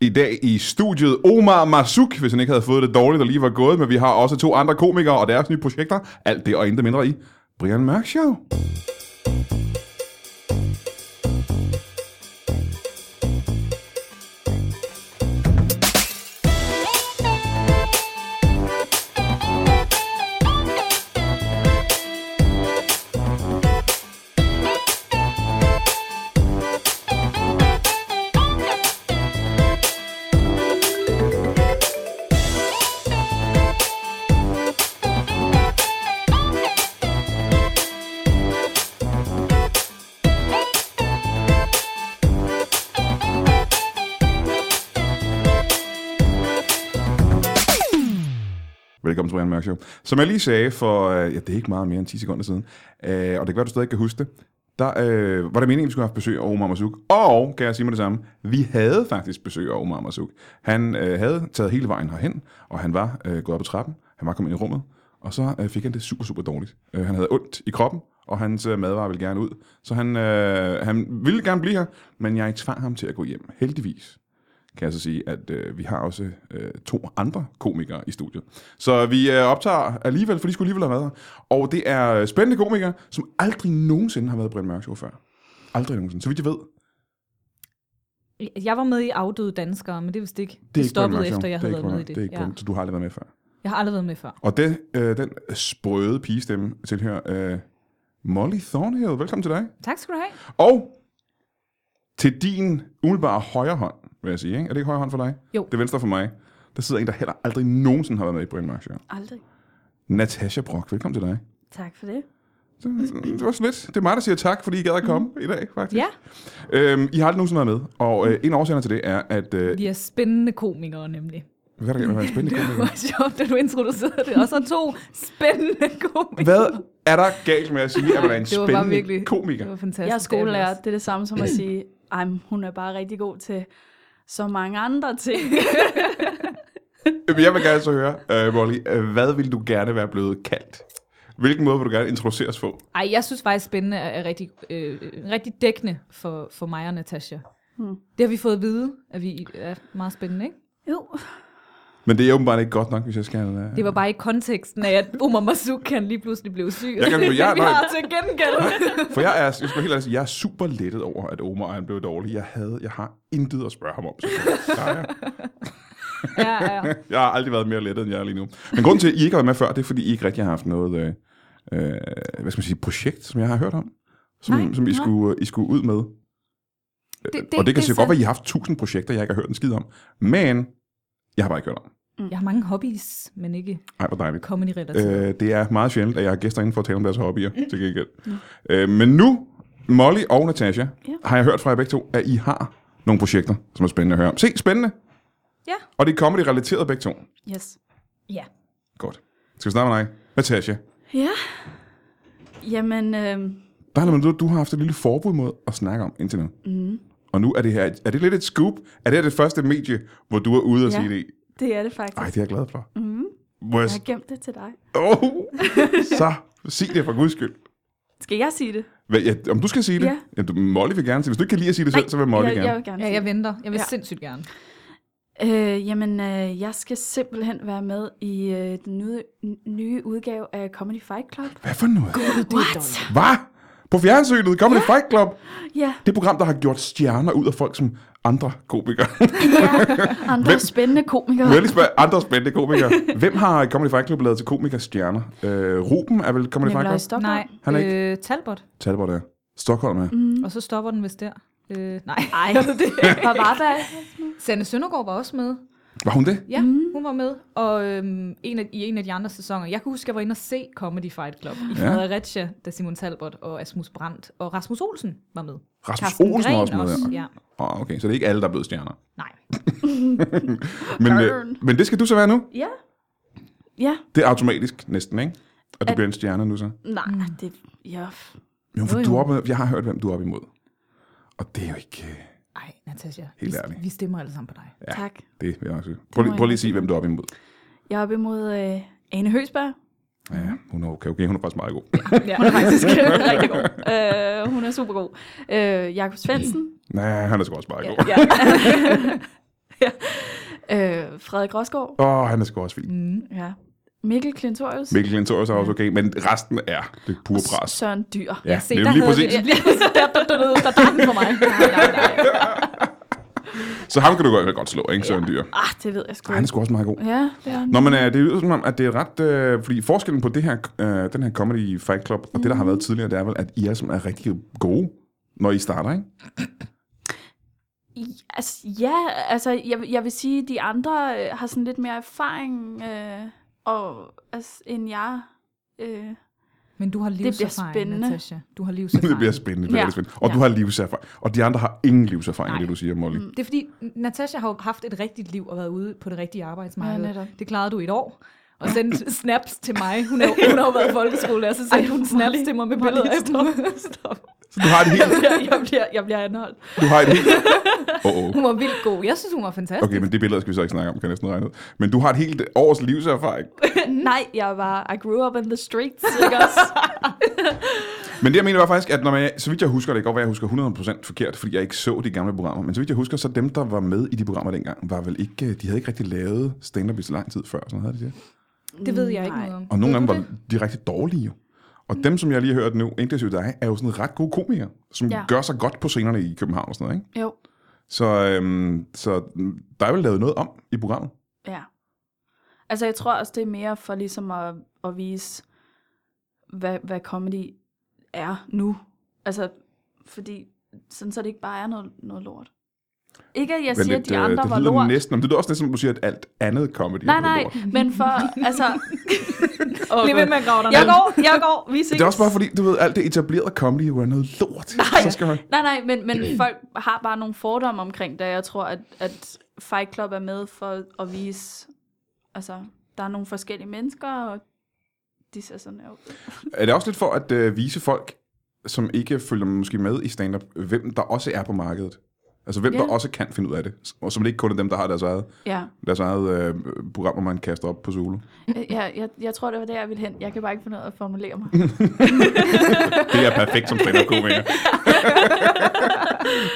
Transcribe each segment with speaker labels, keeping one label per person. Speaker 1: I dag i studiet Omar Masuk, hvis han ikke havde fået det dårligt og lige var gået, men vi har også to andre komikere og deres nye projekter. Alt det og intet mindre i Brian Mørk Show. Velkommen til Brian Mørk Show. Som jeg lige sagde for, øh, ja, det er ikke meget mere end 10 sekunder siden, øh, og det kan være, du stadig kan huske det, der øh, var det meningen, vi skulle have haft besøg af Omar Masuk. Og, kan jeg sige mig det samme, vi havde faktisk besøg af Omar Masuk. Han øh, havde taget hele vejen herhen, og han var øh, gået op ad trappen, han var kommet ind i rummet, og så øh, fik han det super, super dårligt. Øh, han havde ondt i kroppen, og hans øh, madvarer ville gerne ud. Så han, øh, han ville gerne blive her, men jeg tvang ham til at gå hjem. Heldigvis kan jeg så sige, at øh, vi har også øh, to andre komikere i studiet. Så vi øh, optager alligevel, for de skulle alligevel have været her. Og det er øh, spændende komikere, som aldrig nogensinde har været i Brian Mørk Show før. Aldrig nogensinde. Så vidt jeg ved,
Speaker 2: Jeg var med i Afdøde Danskere, men det er vist ikke. Det,
Speaker 1: det er ikke Brian
Speaker 2: stoppede
Speaker 1: Mørk Show.
Speaker 2: efter, jeg
Speaker 1: det er
Speaker 2: havde
Speaker 1: ikke
Speaker 2: været
Speaker 1: Brian-
Speaker 2: med i det.
Speaker 1: Det er ikke
Speaker 2: ja.
Speaker 1: Brian- så du har aldrig været med før.
Speaker 2: Jeg har aldrig været med før.
Speaker 1: Og det, øh, den sprøde pigestemme tilhører øh, Molly Thornhill. Velkommen til dig.
Speaker 2: Tak skal du have.
Speaker 1: Og til din umiddelbare højre hånd, vil jeg sige. Ikke? Er det ikke højre hånd for dig?
Speaker 2: Jo.
Speaker 1: Det er venstre for mig. Der sidder en, der heller aldrig nogensinde har været med i Brian Mørk Show.
Speaker 3: Aldrig.
Speaker 1: Natasha Brock, velkommen til dig.
Speaker 3: Tak for det.
Speaker 1: Det, det var så lidt. Det er mig, der siger tak, fordi I gad at komme mm. i dag, faktisk.
Speaker 2: Ja,
Speaker 1: Øhm, I har aldrig nogensinde været med, og øh, en af årsagerne til det er, at... Øh,
Speaker 2: de er spændende komikere nemlig.
Speaker 1: hvad er der galt med at være en spændende
Speaker 2: Det
Speaker 1: komiker?
Speaker 2: var sjovt, da du introducerede det. Og så to spændende komikere.
Speaker 1: Hvad er der galt med at sige, at man er en
Speaker 2: Det var bare
Speaker 1: spændende
Speaker 2: virkelig,
Speaker 1: komiker?
Speaker 2: Det var fantastisk.
Speaker 3: Jeg er skolelærer.
Speaker 2: Alias.
Speaker 3: Det er det samme som at sige, ej, men hun er bare rigtig god til så mange andre ting.
Speaker 1: Jamen, Øhm, Jeg vil gerne så høre, øh, Molly, øh, hvad vil du gerne være blevet kaldt? Hvilken måde vil du gerne introduceres på?
Speaker 2: Ej, jeg synes faktisk, spændende er, er rigtig, øh, rigtig dækkende for, for mig og Natasha.
Speaker 3: Hmm.
Speaker 2: Det har vi fået at vide, at vi er meget spændende, ikke?
Speaker 3: jo,
Speaker 1: Men det er åbenbart ikke godt nok, hvis jeg skal... Øh,
Speaker 2: Det var bare i konteksten af, at Omar Masuk kan lige pludselig blive syg.
Speaker 1: Jeg kan- jeg-
Speaker 2: Men vi har
Speaker 1: nej.
Speaker 2: til gengæld.
Speaker 1: For jeg er, jeg skal være helt ærlig, sige, jeg er super lettet over, at Omar han blev dårlig. Jeg, havde, jeg har intet at spørge ham om. Så jeg, jeg, er-
Speaker 2: ja, ja.
Speaker 1: Jeg har aldrig været mere lettet, end jeg er lige nu. Men grunden til, at I ikke har været med før, det er, fordi I ikke rigtig har haft noget øh, øh, hvad skal man sige, projekt, som jeg har hørt om, som,
Speaker 3: Nej,
Speaker 1: som I,
Speaker 3: nej.
Speaker 1: skulle, øh, I skulle ud med.
Speaker 2: Det,
Speaker 1: Det, og det kan
Speaker 2: er
Speaker 1: se godt
Speaker 2: sandt.
Speaker 1: være, at I har haft tusind projekter, jeg ikke har hørt en skid om. Men jeg har bare ikke hørt om.
Speaker 2: Jeg har mange hobbies, men ikke
Speaker 1: Ej, hvor dejligt.
Speaker 2: comedy-relateret. Øh.
Speaker 1: Øh, det er meget sjældent, at jeg har gæster inden for at tale om deres hobbyer,
Speaker 3: Mm.
Speaker 1: til gengæld. Øh, men nu, Molly og Natasha,
Speaker 3: Ja.
Speaker 1: har jeg hørt fra jer begge to, at I har nogle projekter, som er spændende at høre om. Se, spændende!
Speaker 2: Ja.
Speaker 1: Og det er comedy-relateret begge to.
Speaker 3: yes.
Speaker 2: Ja.
Speaker 1: Godt. Skal vi starte med dig? Natasha,
Speaker 3: Ja. Jamen, øhm,
Speaker 1: Der er noget, du har haft et lille forbud mod at snakke om indtil nu.
Speaker 3: mm,
Speaker 1: Og nu er det her, er det lidt et scoop? Er det her det første medie, hvor du er ude og
Speaker 3: Ja.
Speaker 1: sige det i?
Speaker 3: det er det faktisk.
Speaker 1: Ej, det er jeg glad for.
Speaker 3: Mm,
Speaker 1: Må jeg...
Speaker 3: jeg har gemt det til dig.
Speaker 1: Oh, så sig det for guds skyld.
Speaker 3: Skal jeg sige det?
Speaker 1: Hvad, ja, om du skal sige det?
Speaker 3: Ja.
Speaker 1: ja du, Molly vil gerne sige det. Hvis du ikke kan lide at sige det selv, så vil Molly
Speaker 3: jeg,
Speaker 1: gerne.
Speaker 3: jeg vil gerne
Speaker 2: ja,
Speaker 3: sige
Speaker 2: jeg venter. Jeg vil ja.
Speaker 3: Ja.
Speaker 2: sindssygt gerne.
Speaker 3: det. Øh, jamen, øh, jeg skal simpelthen være med i øh, den nye, nye udgave af Comedy Fight Club.
Speaker 1: Hvad for noget?
Speaker 3: What?
Speaker 1: Hvad? På fjernsynet kommer det Fight Club.
Speaker 3: Ja,
Speaker 1: Det program, der har gjort stjerner ud af folk som andre komikere.
Speaker 3: andre
Speaker 1: Hvem-
Speaker 3: spændende komikere.
Speaker 1: Vældig spæ- andre spændende komikere. Hvem har Comedy Fight Club lavet til komikers-stjerner? Øh, Ruben er vel Comedy Fight
Speaker 3: Nikolaj
Speaker 1: Club?
Speaker 3: Stockholm.
Speaker 2: Nej,
Speaker 1: Han er ikke-
Speaker 2: øh, Talbot.
Speaker 1: Talbot er. Stockholm er.
Speaker 2: Og så stopper den vist der. Øh, nej.
Speaker 3: Ej, hvad var det?
Speaker 2: Sanne Søndergaard var også med.
Speaker 1: Var hun det?
Speaker 2: Ja, mm. hun var med. Og øhm, en af, i en af de andre sæsoner. Jeg kan huske, jeg var inde og se Comedy Fight Club i
Speaker 1: Ja.
Speaker 2: Fredericia, da Simon Talbot og Asmus Brandt og Rasmus Olsen var med.
Speaker 1: Rasmus
Speaker 2: Carsten
Speaker 1: Olsen var
Speaker 2: Gren
Speaker 1: også med. Også.
Speaker 2: Ja.
Speaker 1: Oh, okay, så det er ikke alle, der er blevet stjerner.
Speaker 2: Nej.
Speaker 1: Men,
Speaker 3: Darn.
Speaker 1: øh, men det skal du så være nu.
Speaker 3: Ja. Ja,
Speaker 1: Det er automatisk næsten, ikke? Og du
Speaker 3: At-
Speaker 1: bliver en stjerne nu så.
Speaker 3: nej, det... Ja.
Speaker 1: Jo, for
Speaker 2: Jo, jo.
Speaker 1: du er op, jeg har hørt, hvem du er op imod. Og det er jo ikke... øh,
Speaker 2: Ej, Natasha.
Speaker 1: Helt
Speaker 2: vi,
Speaker 1: ærligt.
Speaker 2: vi stemmer alle sammen på dig.
Speaker 1: Ja.
Speaker 3: Tak.
Speaker 1: Det vil jeg nok sige. Prøv, lige-
Speaker 3: jeg
Speaker 1: prøv lige at
Speaker 3: ikke.
Speaker 1: sige, hvem du er op imod.
Speaker 3: Jeg er oppe imod øh, Ane Høsberg.
Speaker 1: Ja, hun er okay. okay hun er faktisk meget god.
Speaker 2: Ja.
Speaker 3: Hun er faktisk rigtig god. Øh, hun er super god. Øh, Jakob Svendsen.
Speaker 1: Nej, han er sgu også meget god.
Speaker 3: Ja. øh, Frederik Rosgaard.
Speaker 1: Åh, oh, han er sgu også vild.
Speaker 2: Mm.
Speaker 3: Ja. Mikkel Klintorius.
Speaker 1: Mikkel Lentorius er også okay, men resten er det pure pres.
Speaker 3: Søren Dyr.
Speaker 1: Ja,
Speaker 2: se,
Speaker 1: det er
Speaker 2: der
Speaker 1: jo lige
Speaker 2: havde
Speaker 1: præcis.
Speaker 2: vi- lige præcis. Der, der, der, der, der, der er den for mig. Nej, nej, nej.
Speaker 1: Så ham kan du godt, godt slå, ikke Søren Dyr?
Speaker 3: Ah, det ved jeg sgu
Speaker 1: Ej, han er
Speaker 3: ikke.
Speaker 1: sgu også meget god.
Speaker 3: Ja, det er han.
Speaker 1: Nå, men øh, det lyder som om, at det er ret... Øh, fordi forskellen på det her, øh, den her Comedy Fight Club, og det, der har været tidligere, det er vel, at I er, som er rigtig gode, når I starter, ikke?
Speaker 3: I- Altså, ja, altså, jeg, vil- jeg vil sige, at de andre øh, har sådan lidt mere erfaring, øh, og, altså, end jeg. Øh,
Speaker 2: Men du har livserfaring,
Speaker 3: spændende.
Speaker 2: Natasha. Du har livserfaring.
Speaker 1: det bliver spændende. Det bliver
Speaker 3: Ja.
Speaker 1: ja. spændende. Og
Speaker 2: Ja.
Speaker 1: du har livserfaring. Og de andre har ingen livserfaring,
Speaker 2: Nej.
Speaker 1: Nej. det du siger, Molly. Mm.
Speaker 2: Det er fordi, Natasha har jo haft et rigtigt liv og været ude på det rigtige arbejdsmarked.
Speaker 3: Ja, netop.
Speaker 2: det klarede du i et år. Og sendte snaps til mig. Hun har, jo- hun har jo været folkeskolelærer, så sendte hun snaps til mig med billeder af mig. Stop.
Speaker 1: Så du har et
Speaker 2: Jeg
Speaker 1: helt...
Speaker 2: bliver, jeg, bliver, jeg bliver anholdt.
Speaker 1: Du har et helt... Oh, oh.
Speaker 2: Hun var vildt god. Jeg synes, hun var fantastisk.
Speaker 1: Okay, men det billede skal vi så ikke snakke om, kan jeg næsten regne ud. Men du har et helt års livserfaring.
Speaker 3: nej, jeg var, I grew up in the streets, ikke også?
Speaker 1: Men det, jeg mener, var faktisk, at når man, så vidt jeg husker, det kan godt være, at jeg husker 100% forkert, fordi jeg ikke så de gamle programmer, men så vidt jeg husker, så dem, der var med i de programmer dengang, var vel ikke, øh, de havde ikke rigtig lavet stand-up i så lang tid før, sådan havde de det.
Speaker 2: Det ved jeg ikke
Speaker 3: Nej.
Speaker 2: noget om.
Speaker 1: Og nogle af dem
Speaker 2: Ved du
Speaker 1: var de rigtig dårlige. jo. Og dem, som jeg lige har hørt nu, inklusive dig, er jo sådan ret gode komikere, som
Speaker 3: Ja.
Speaker 1: ja. gør sig godt på scenerne i København og sådan noget, ikke?
Speaker 3: Jo,
Speaker 1: Så, øhm, så mm, der er jo lavet noget om i programmet.
Speaker 3: ja. Altså, jeg tror også, det er mere for ligesom at, at vise, hvad, hvad comedy er nu. Altså, fordi sådan så det ikke bare er noget, noget lort. Ikke at jeg siger, at de
Speaker 1: øh,
Speaker 3: andre
Speaker 1: det
Speaker 3: var
Speaker 1: lyder
Speaker 3: lort.
Speaker 1: næsten, men det lyder også næsten, som du siger, at alt andet comedy
Speaker 3: Nej,
Speaker 1: er blevet
Speaker 3: nej,
Speaker 1: lort.
Speaker 3: men for, altså...
Speaker 2: det? Bliv ved med at grave dig
Speaker 3: Jeg
Speaker 2: ned.
Speaker 3: går, jeg går, vi ses.
Speaker 1: Det er også bare fordi, du ved, alt det etablerede comedy jo er noget lort.
Speaker 3: Nej.
Speaker 1: Så skal man...
Speaker 3: Nej, nej, men, men folk har bare nogle fordomme omkring det, og jeg tror, at, at Fight Club er med for at vise, altså, der er nogle forskellige mennesker, og de ser sådan her ud.
Speaker 1: Er det også lidt for at øh, vise folk, som ikke følger måske med i stand-up, hvem der også er på markedet? Altså hvem
Speaker 3: Ja.
Speaker 1: yeah. der også kan finde ud af det, og som det ikke kun er dem, der har deres eget,
Speaker 3: Ja,
Speaker 1: deres eget øh, program, hvor man kaster op på Zulu.
Speaker 3: Øh, ja jeg, jeg tror, det var der, jeg ville hen. Jeg kan bare ikke finde ud af at formulere mig.
Speaker 1: Det er perfekt som stand up komiker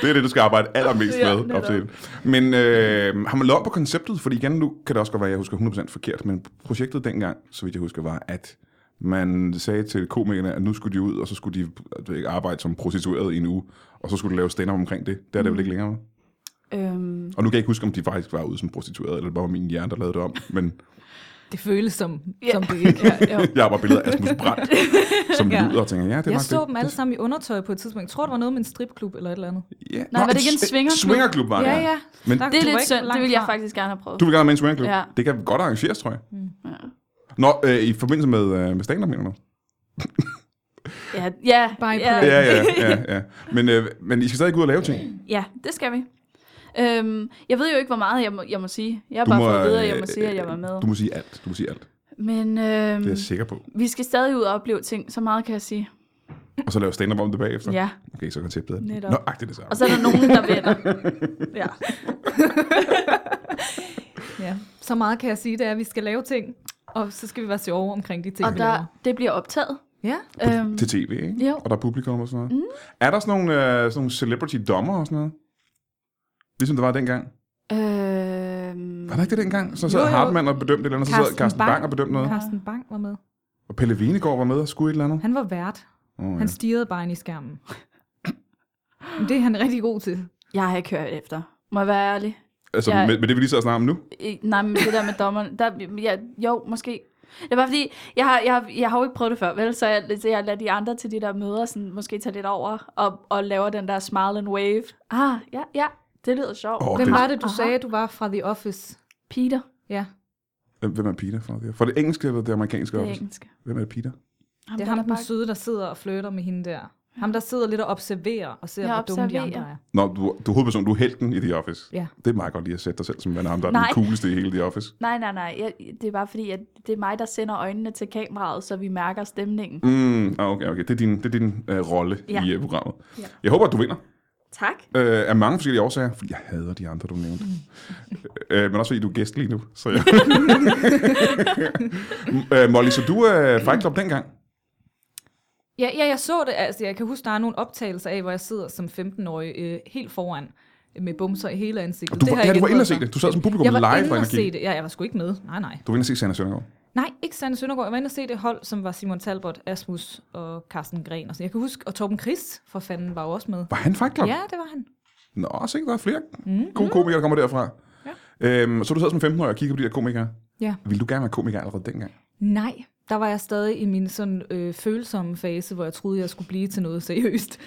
Speaker 1: Det er det, du skal arbejde allermest
Speaker 3: Ja,
Speaker 1: med op
Speaker 3: netop.
Speaker 1: til. Men øh, har man lov på konceptet? Fordi igen, nu kan det også godt være, at jeg husker 100% forkert, men projektet dengang, så vidt jeg husker, var, at man sagde til komikerne, at nu skulle de ud, og så skulle de du ved, arbejde som prostitueret i en uge, og så skulle de lave stand omkring det. Det er
Speaker 2: Mm.
Speaker 1: det vel ikke længere.
Speaker 3: øhm,
Speaker 1: Og nu kan jeg ikke huske, om de faktisk var ude som prostitueret, eller det bare var min hjerne, der lavede det om, men
Speaker 2: Det føles som,
Speaker 3: Ja.
Speaker 2: som det ikke er.
Speaker 3: ja, jo.
Speaker 1: jeg har bare billeder af Asmus Brandt, som
Speaker 2: Ja.
Speaker 1: ja. lyder og tænker, ja, det er
Speaker 2: Jeg
Speaker 1: nok
Speaker 2: så
Speaker 1: det.
Speaker 2: dem alle sammen i undertøj på et tidspunkt. Jeg tror, det var noget med en stripklub eller et eller andet.
Speaker 1: Ja.
Speaker 3: var det ikke en swingerklub?
Speaker 1: Swingerklub var Ah, det,
Speaker 3: Ja, ja.
Speaker 1: Men
Speaker 2: Der-
Speaker 3: Det
Speaker 2: Du
Speaker 3: er
Speaker 2: var
Speaker 3: lidt
Speaker 2: ikke
Speaker 3: synd,
Speaker 2: langt
Speaker 3: det ville jeg
Speaker 2: fra.
Speaker 3: faktisk gerne have prøvet.
Speaker 1: Du vil gerne have med i en swingerklub?
Speaker 3: Ja.
Speaker 1: Det kan godt arrangeres, tror jeg.
Speaker 3: Ja.
Speaker 1: Nå, øh, i forbindelse med, øh, med stand-up, mener du?
Speaker 3: Ja, ja,
Speaker 2: Bare i
Speaker 3: ja,
Speaker 2: privat.
Speaker 1: Ja, ja, ja. ja. Men, øh, men I skal stadig gå ud og lave ting.
Speaker 3: ja, det skal vi. Øhm, jeg ved jo ikke, hvor meget jeg må, jeg må sige. Jeg har
Speaker 1: Du
Speaker 3: bare
Speaker 1: må,
Speaker 3: fået at vide, at
Speaker 1: øh,
Speaker 3: jeg må sige, at jeg var med.
Speaker 1: Du må sige alt. Du må sige alt.
Speaker 3: Men øhm,
Speaker 1: Det er jeg sikker på.
Speaker 3: vi skal stadig ud og opleve ting, så meget kan jeg sige.
Speaker 1: Og så lave stand-up om det bagefter.
Speaker 3: Ja.
Speaker 1: Okay, så konceptet er
Speaker 3: Netop.
Speaker 1: nøjagtigt det samme.
Speaker 3: Og så er der nogen, der vinder. Ja.
Speaker 2: Ja. Så meget kan jeg sige, det er, at vi skal lave ting, og så skal vi være sjove omkring de ting,
Speaker 3: Og
Speaker 2: vi
Speaker 3: der,
Speaker 2: laver.
Speaker 3: det bliver optaget.
Speaker 2: Ja.
Speaker 3: Øhm,
Speaker 1: Til tv, ikke?
Speaker 3: Jo.
Speaker 1: Og der er publikum og sådan noget. Mm. Er der sådan nogle, øh, sådan nogle celebrity-dommer og sådan noget? Ligesom der var dengang.
Speaker 3: øhm,
Speaker 1: Var der ikke det dengang? Så
Speaker 2: Jo,
Speaker 1: sad
Speaker 2: jo.
Speaker 1: Hartmann og bedømte et eller andet, og så sad Carsten Bang og bedømte noget.
Speaker 2: Carsten Bang var med.
Speaker 1: Og Pelle Venegård var med og skulle et eller andet.
Speaker 2: Han var vært.
Speaker 1: Oh, ja.
Speaker 2: Han stirrede bare ind i skærmen. Men det er han rigtig god til.
Speaker 3: jeg har ikke hørt efter. Må jeg være ærlig?
Speaker 1: Altså,
Speaker 3: Ja.
Speaker 1: med, med det vi lige så snakker om nu.
Speaker 3: I, nej, men det der med dommerne. Der, ja, jo, måske. Det er bare fordi, jeg har, jeg, har- jeg har jo ikke prøvet det før, vel? Så jeg, så jeg lader de andre til de der møder sådan, måske tage lidt over og, og laver den der smile and wave. Ah, ja, ja. Det lyder sjovt.
Speaker 1: Åh,
Speaker 3: Oh.
Speaker 1: Og
Speaker 2: Hvem
Speaker 1: det-
Speaker 2: var det, du
Speaker 3: Aha.
Speaker 2: sagde, du var fra The Office?
Speaker 3: Peter,
Speaker 2: Ja,
Speaker 1: Hvem hvem er Peter fra det? Fra det engelske eller det amerikanske?
Speaker 3: det er
Speaker 1: også?
Speaker 3: engelsk.
Speaker 1: Hvem er Peter?
Speaker 3: Ham,
Speaker 2: det er
Speaker 3: der
Speaker 2: ham den
Speaker 3: bare-
Speaker 2: søde, der sidder og flytter med hende der. Ham, der sidder lidt og observerer og ser,
Speaker 3: Jeg
Speaker 2: hvor dumme de andre
Speaker 3: observerer.
Speaker 2: er.
Speaker 1: Nå, du, du er hovedpersonen, du er helten i The Office.
Speaker 2: Ja.
Speaker 1: Det er meget godt lige at sætte dig selv som værende ham, der er
Speaker 3: Nej.
Speaker 1: den cooleste i hele The Office.
Speaker 3: Nej, nej, nej. Jeg, det er bare fordi, at det er mig, der sender øjnene til kameraet, så vi mærker stemningen.
Speaker 1: Mm, ah, okay, okay. Det er din, det er din øh, rolle
Speaker 3: Ja.
Speaker 1: ja. i øh, programmet.
Speaker 3: Ja.
Speaker 1: Ja. Jeg håber, at du vinder.
Speaker 3: Tak.
Speaker 1: Øh, af mange forskellige årsager, fordi jeg hader de andre, du nævnte.
Speaker 2: Mm.
Speaker 1: øh, men også fordi du er gæst lige nu. Så jeg... øh, Molly, så du er øh, Fight Club dengang?
Speaker 2: Ja, ja, jeg så det. Altså, jeg kan huske, der er nogle optagelser af, hvor jeg sidder som 15-årig øh, helt foran med bumser i hele ansigtet.
Speaker 1: Du var,
Speaker 2: har
Speaker 1: ja,
Speaker 2: jeg
Speaker 1: du var inde
Speaker 2: ændret
Speaker 1: og se
Speaker 2: mig.
Speaker 1: det. Du sad som publikum
Speaker 2: Jeg var
Speaker 1: live
Speaker 2: inde
Speaker 1: for
Speaker 2: og
Speaker 1: energi.
Speaker 2: se det. Ja, jeg var sgu ikke med. Nej, nej.
Speaker 1: Du var inde og se Sanna Søndergaard.
Speaker 2: Nej, ikke Sanne Søndergaard. Jeg var inde og se det hold, som var Simon Talbot, Asmus og Carsten Gren. Og sådan. Jeg kan huske, og Torben Chris for fanden var jo også med.
Speaker 1: Var han fagklub?
Speaker 2: Ja, det var han.
Speaker 1: Nå, sikkert der er flere mm. gode komikere, der kommer derfra.
Speaker 2: Mm-hmm. Ja.
Speaker 1: Øhm, så du sad som 15-årig og kiggede på de der komikere.
Speaker 2: Ja.
Speaker 1: Ville du gerne være komiker allerede dengang?
Speaker 2: Nej, der var jeg stadig i min sådan øh, følsomme fase, hvor jeg troede, jeg skulle blive til noget seriøst.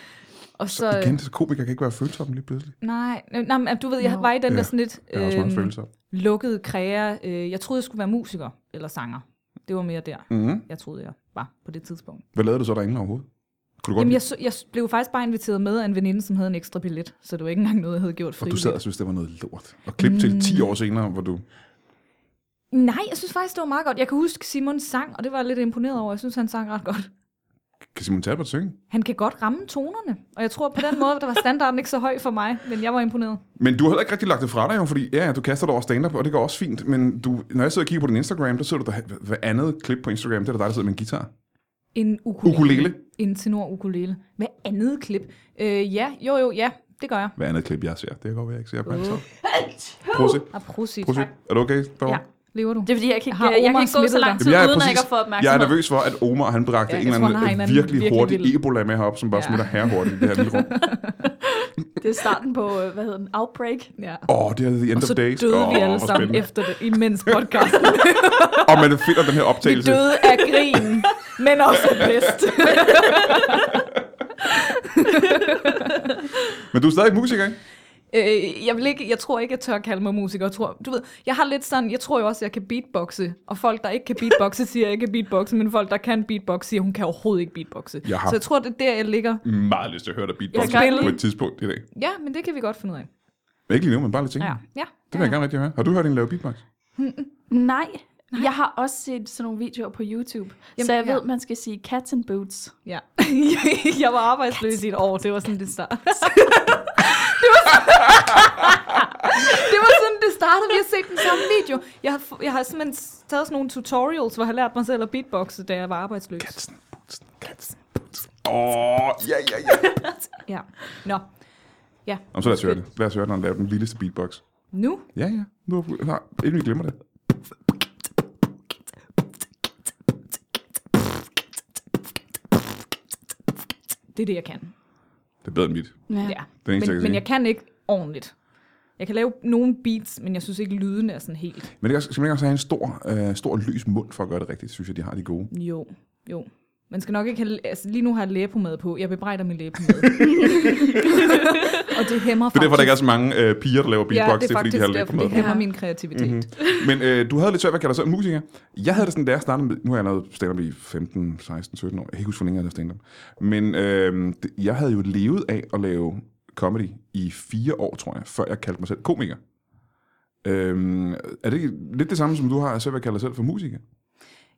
Speaker 2: Og så, øh,
Speaker 1: Så igen, så komikere kan ikke være følsomme lige pludselig.
Speaker 2: Nej, nej, nej, men du ved, jeg
Speaker 3: Nå.
Speaker 2: var i den
Speaker 1: Ja,
Speaker 2: der sådan lidt
Speaker 1: Jeg har også mange
Speaker 2: øhm,
Speaker 1: følelser.
Speaker 2: lukkede kræer. Øh, jeg troede, jeg skulle være musiker eller sanger. Det var mere der,
Speaker 1: Mm-hmm.
Speaker 2: jeg troede, jeg var på det tidspunkt.
Speaker 1: Hvad lavede du så derinde overhovedet? Kunne du godt
Speaker 2: Jamen,
Speaker 1: lide-
Speaker 2: jeg, så- jeg blev faktisk bare inviteret med af en veninde, som havde en ekstra billet, så det var ikke engang noget, jeg havde gjort
Speaker 1: Og du
Speaker 2: frivilligt.
Speaker 1: sad og syntes, det var noget lort. Og klip
Speaker 2: Mm.
Speaker 1: til 10 år senere, hvor du...
Speaker 2: Nej, jeg synes faktisk, det var meget godt. Jeg kan huske Simons sang, og det var jeg lidt imponeret over. Jeg synes, han sang ret godt.
Speaker 1: Kan Simon Talbot synge?
Speaker 2: Han kan godt ramme tonerne, og jeg tror på den måde, der var standarden ikke så høj for mig, men jeg var imponeret.
Speaker 1: Men du har heller ikke rigtig lagt det fra dig, jo, fordi ja, ja, du kaster dig over stand-up, og det går også fint. Men du, når jeg sidder og kigger på din Instagram, der sidder du der, hver andet klip på Instagram, det er der dig, der sidder med en guitar.
Speaker 2: En ukulele.
Speaker 1: Ukulele.
Speaker 2: En tenor ukulele. Hvad andet klip? Øh, ja, jo jo, ja, det gør jeg.
Speaker 1: Hver andet klip, jeg ser. Det kan godt være, jeg ikke ser på
Speaker 2: Åh.
Speaker 1: Instagram. Prøv at se.
Speaker 2: Ah, prosit.
Speaker 1: Prøv at se. Er du okay? Barbara?
Speaker 3: Ja.
Speaker 2: Lever du?
Speaker 3: Det er fordi, jeg kan ikke,
Speaker 2: Har
Speaker 3: jeg, jeg
Speaker 2: Omar
Speaker 3: kan ikke gå så
Speaker 2: smittet
Speaker 3: lang
Speaker 1: Jamen,
Speaker 2: dig?
Speaker 3: tid,
Speaker 1: jeg er
Speaker 3: uden at
Speaker 1: præcis-
Speaker 3: jeg ikke at få
Speaker 1: Jeg er
Speaker 3: opmærksomhed.
Speaker 1: nervøs for, at Omar han bragte
Speaker 2: Ja,
Speaker 1: ja, en
Speaker 2: jeg
Speaker 1: eller
Speaker 2: tror, han
Speaker 1: anden øh,
Speaker 2: har en eller anden
Speaker 1: virkelig
Speaker 2: virkelig
Speaker 1: hurtig
Speaker 2: vild-
Speaker 1: ebola med herop, som bare
Speaker 2: Ja.
Speaker 1: smutter herrehurtigt i det her lille rum.
Speaker 3: Det er starten på, øh, hvad hedder den, Outbreak.
Speaker 2: Ja.
Speaker 1: Åh, oh, det er the end
Speaker 2: Og
Speaker 1: of
Speaker 2: så
Speaker 1: days.
Speaker 2: døde
Speaker 1: Åh,
Speaker 2: vi alle
Speaker 1: hvor
Speaker 2: sammen
Speaker 1: spændende.
Speaker 2: efter det, imens podcasten.
Speaker 1: Og man finder den her
Speaker 2: vi
Speaker 1: optagelse.
Speaker 2: døde af grin, men også af bedst.
Speaker 1: Men du er stadig musiker, ikke?
Speaker 2: øh, jeg, vil ikke, jeg tror ikke, jeg tør kalde mig musiker. Jeg tror, du ved, jeg har lidt sådan, jeg tror jo også, jeg kan beatboxe. Og folk, der ikke kan beatboxe, siger, jeg ikke kan beatboxe. Men folk, der kan beatboxe, siger, hun kan overhovedet ikke beatboxe.
Speaker 1: Jeg har-
Speaker 2: Så jeg tror, det er der, jeg ligger.
Speaker 1: Meget lyst til at høre dig
Speaker 2: Jeg skal
Speaker 1: beatbox på
Speaker 2: lige-
Speaker 1: et tidspunkt i dag.
Speaker 2: Ja, men det kan vi godt finde ud af.
Speaker 1: Men ikke lige nu, men bare lidt ting.
Speaker 2: Ja. ja.
Speaker 1: Det vil jeg gerne rigtig høre. Har du hørt hende lave beatbox?
Speaker 3: Nej, jeg har også set sådan nogle videoer på YouTube, Jamen, så jeg
Speaker 2: ja.
Speaker 3: ved, man skal sige cats and boots.
Speaker 2: Ja. jeg var arbejdsløs i et år, det var sådan, det startede. det, var sådan, det var sådan, det startede. Vi har set den samme video. Jeg har, fu- jeg har simpelthen s- taget sådan nogle tutorials, hvor jeg har lært mig selv at beatboxe, da jeg var arbejdsløs.
Speaker 1: Katsen, putsen, katsen, putsen. Åh, ja, ja, ja.
Speaker 2: Ja. Nå. Ja.
Speaker 1: Om så lad os høre det. Lad os høre, når han laver den vildeste beatbox.
Speaker 2: Nu.
Speaker 1: Ja, ja. Nu har vi... Nej, inden vi glemmer det.
Speaker 2: Det er det, jeg kan.
Speaker 1: Det er bedre end mit.
Speaker 2: Ja.
Speaker 1: Den eneste, jeg
Speaker 2: Men,
Speaker 1: kan
Speaker 2: men
Speaker 1: sige.
Speaker 2: jeg kan ikke ordentligt. Jeg kan lave nogle beats, men jeg synes ikke, lyden er sådan helt...
Speaker 1: Men det er også- skal man ikke også have en stor, øh, stor lys mund for at gøre det rigtigt, synes jeg, de har de gode.
Speaker 2: Jo, jo. Man skal nok ikke have... Altså, lige nu har jeg læbepomade på. Jeg bebrejder min læbepomade. og det hæmmer
Speaker 1: Det er derfor, der ikke
Speaker 2: faktisk...
Speaker 1: er så mange øh, piger, der laver beatbox.
Speaker 2: ja, det er
Speaker 1: fordi,
Speaker 2: faktisk
Speaker 1: de har lidt
Speaker 2: derfor,
Speaker 1: på med.
Speaker 2: det hæmmer
Speaker 3: Ja.
Speaker 2: min kreativitet. Mm-hmm.
Speaker 1: Men øh, du havde lidt svært ved at kalde dig selv musiker. Jeg havde det sådan, da jeg startede med... Nu har jeg lavet stand-up i 15, 16, 17 år. Jeg kan ikke huske, hvor længe jeg havde stand-up. Men øh, det- jeg havde jo levet af at lave comedy i fire år, tror jeg, før jeg kaldte mig selv komiker. Øhm, er det ikke lidt det samme, som du har selv at kalde dig selv for musiker?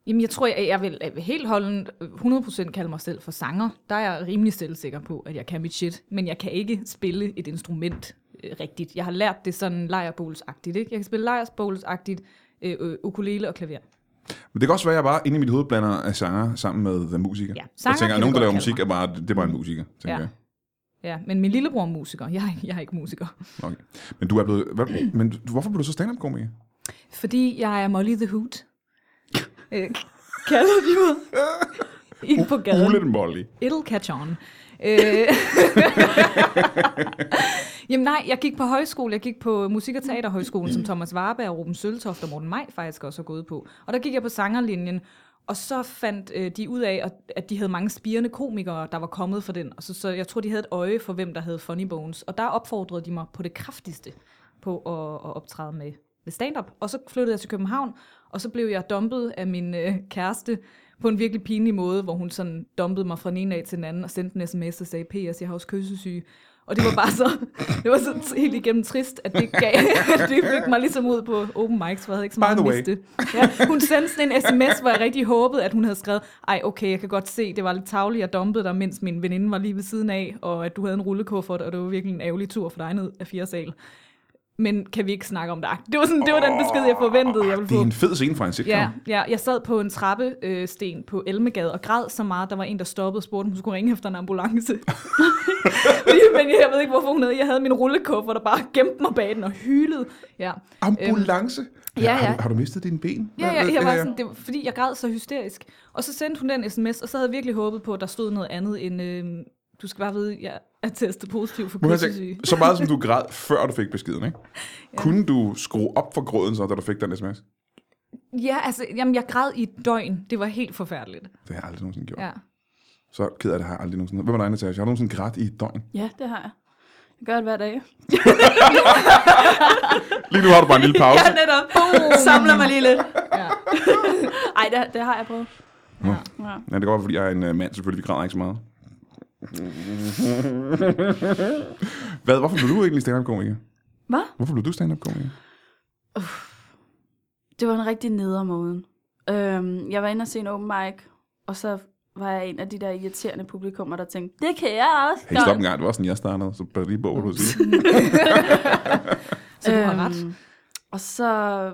Speaker 2: Jamen, jeg tror, jeg, jeg vil jeg vil helt holden 100% kalde mig selv for sanger. Der er jeg rimelig selvsikker på, at jeg kan mit shit. Men jeg kan ikke spille et instrument øh, rigtigt. Jeg har lært det sådan lejerbålsagtigt, ikke? Jeg kan spille lejerbålsagtigt, øh, øh, ukulele og klaver.
Speaker 1: Men det kan også være, at jeg bare inde i mit hoved blander af sanger sammen med hvad musikere.
Speaker 2: Ja,
Speaker 1: jeg
Speaker 2: sanger
Speaker 1: tænker,
Speaker 2: kan
Speaker 1: at
Speaker 2: vi
Speaker 1: nogen, der
Speaker 2: godt
Speaker 1: laver
Speaker 2: kalde
Speaker 1: musik,
Speaker 2: mig.
Speaker 1: er bare, det er bare en musiker, tænker
Speaker 2: Ja.
Speaker 1: jeg.
Speaker 2: Ja, men min lillebror er musiker. Jeg, er ikke- jeg er ikke musiker.
Speaker 1: Okay. Men, du er blevet, hvad, men du- hvorfor blev du så stand-up-komiker?
Speaker 2: Fordi jeg er Molly the Hood. Øh, kalder de mig. Ikke på gaden.
Speaker 1: Ulen Molly.
Speaker 2: It'll catch on. Øh. Jamen nej, jeg gik på højskole. Jeg gik på Musik- og Teaterhøjskolen, som Thomas Warberg, Ruben Søltoft og Morten Maj faktisk også har gået på. Og der gik jeg på sangerlinjen, og så fandt øh, de ud af, at- at de havde mange spirende komikere, der var kommet fra den. Og så, så jeg tror, de havde et øje for, hvem der havde Funny Bones. Og der opfordrede de mig på det kraftigste på at, at optræde med, med stand-up. Og så flyttede jeg til København, og så blev jeg dumpet af min øh, kæreste på en virkelig pinlig måde, hvor hun sådan dumpede mig fra den ene af til den anden og sendte en sms og sagde, PS, jeg har også kyssesyge. Og det var bare så, det var så helt igennem trist, at det, gav, at det fik mig ligesom ud på open mics, for jeg havde ikke så
Speaker 1: By
Speaker 2: meget
Speaker 1: the way.
Speaker 2: at miste. Ja, hun sendte sådan en sms, hvor jeg rigtig håbede, at hun havde skrevet, ej okay, jeg kan godt se, det var lidt tavligt, jeg dumpede dig, mens min veninde var lige ved siden af, og at du havde en rullekuffert, og det var virkelig en ærgerlig tur for dig ned af fjerde sal. Men kan vi ikke snakke om dig? Det var, sådan, det var den besked, jeg forventede, jeg ville
Speaker 1: Det er
Speaker 2: få.
Speaker 1: en fed scene fra en sitcom.
Speaker 2: Ja, ja, jeg sad på en trappesten øh, sten på Elmegade og græd så meget, der var en, der stoppede og spurgte, om hun skulle ringe efter en ambulance. Fordi, men jeg ved ikke, hvorfor hun havde. Jeg havde min rullekuffer, der bare gemte mig bag den og hylede. Ja,
Speaker 1: Ambulance?
Speaker 2: ja, ja.
Speaker 1: Har, du- har du mistet dine ben?
Speaker 2: øhm, ja,
Speaker 1: Hvad-
Speaker 2: ja
Speaker 1: hvad-
Speaker 2: jeg
Speaker 1: det
Speaker 2: var
Speaker 1: her?
Speaker 2: sådan, det, var- fordi jeg græd så hysterisk. Og så sendte hun den sms, og så havde jeg virkelig håbet på, at der stod noget andet end, øh, du skal bare vide, jeg er testet positiv for
Speaker 1: Må jeg
Speaker 2: kyssesyge.
Speaker 1: tænke, så meget som du græd, før du fik beskeden, ikke? Ja. Kunne du skrue op for gråden så, da du fik den sms?
Speaker 2: Ja, altså, jamen, jeg græd i et døgn. Det var helt forfærdeligt.
Speaker 1: Det har jeg aldrig nogensinde gjort. Ja.
Speaker 2: Ja.
Speaker 1: Så ked af det har jeg aldrig nogensinde. Hvem er dig, Natasha? Har du nogensinde grædt i et døgn?
Speaker 3: Ja, det har jeg. Jeg gør det hver dag.
Speaker 1: Lige nu har du bare en lille pause.
Speaker 3: Ja, netop. Samler mig lige lidt.
Speaker 2: ja.
Speaker 3: Ej, det, det har jeg prøvet.
Speaker 1: Nå.
Speaker 3: Ja.
Speaker 1: Ja, det går fordi jeg er en øh, mand, selvfølgelig. Vi græder ikke så meget. Hvad, hvorfor blev du egentlig stand-up-komiker?
Speaker 3: Hvad?
Speaker 1: Hvorfor blev du stand-up-komiker?
Speaker 3: Det var en rigtig neder måden. Øhm, jeg var inde og se en open mic, og så var jeg en af de der irriterende publikummer, der tænkte, det kan jeg også
Speaker 1: Hey, stop en gang. Det var sådan, jeg startede. Så bare lige på, hvad du siger.
Speaker 2: Så du har ret.
Speaker 3: Øhm, Og så,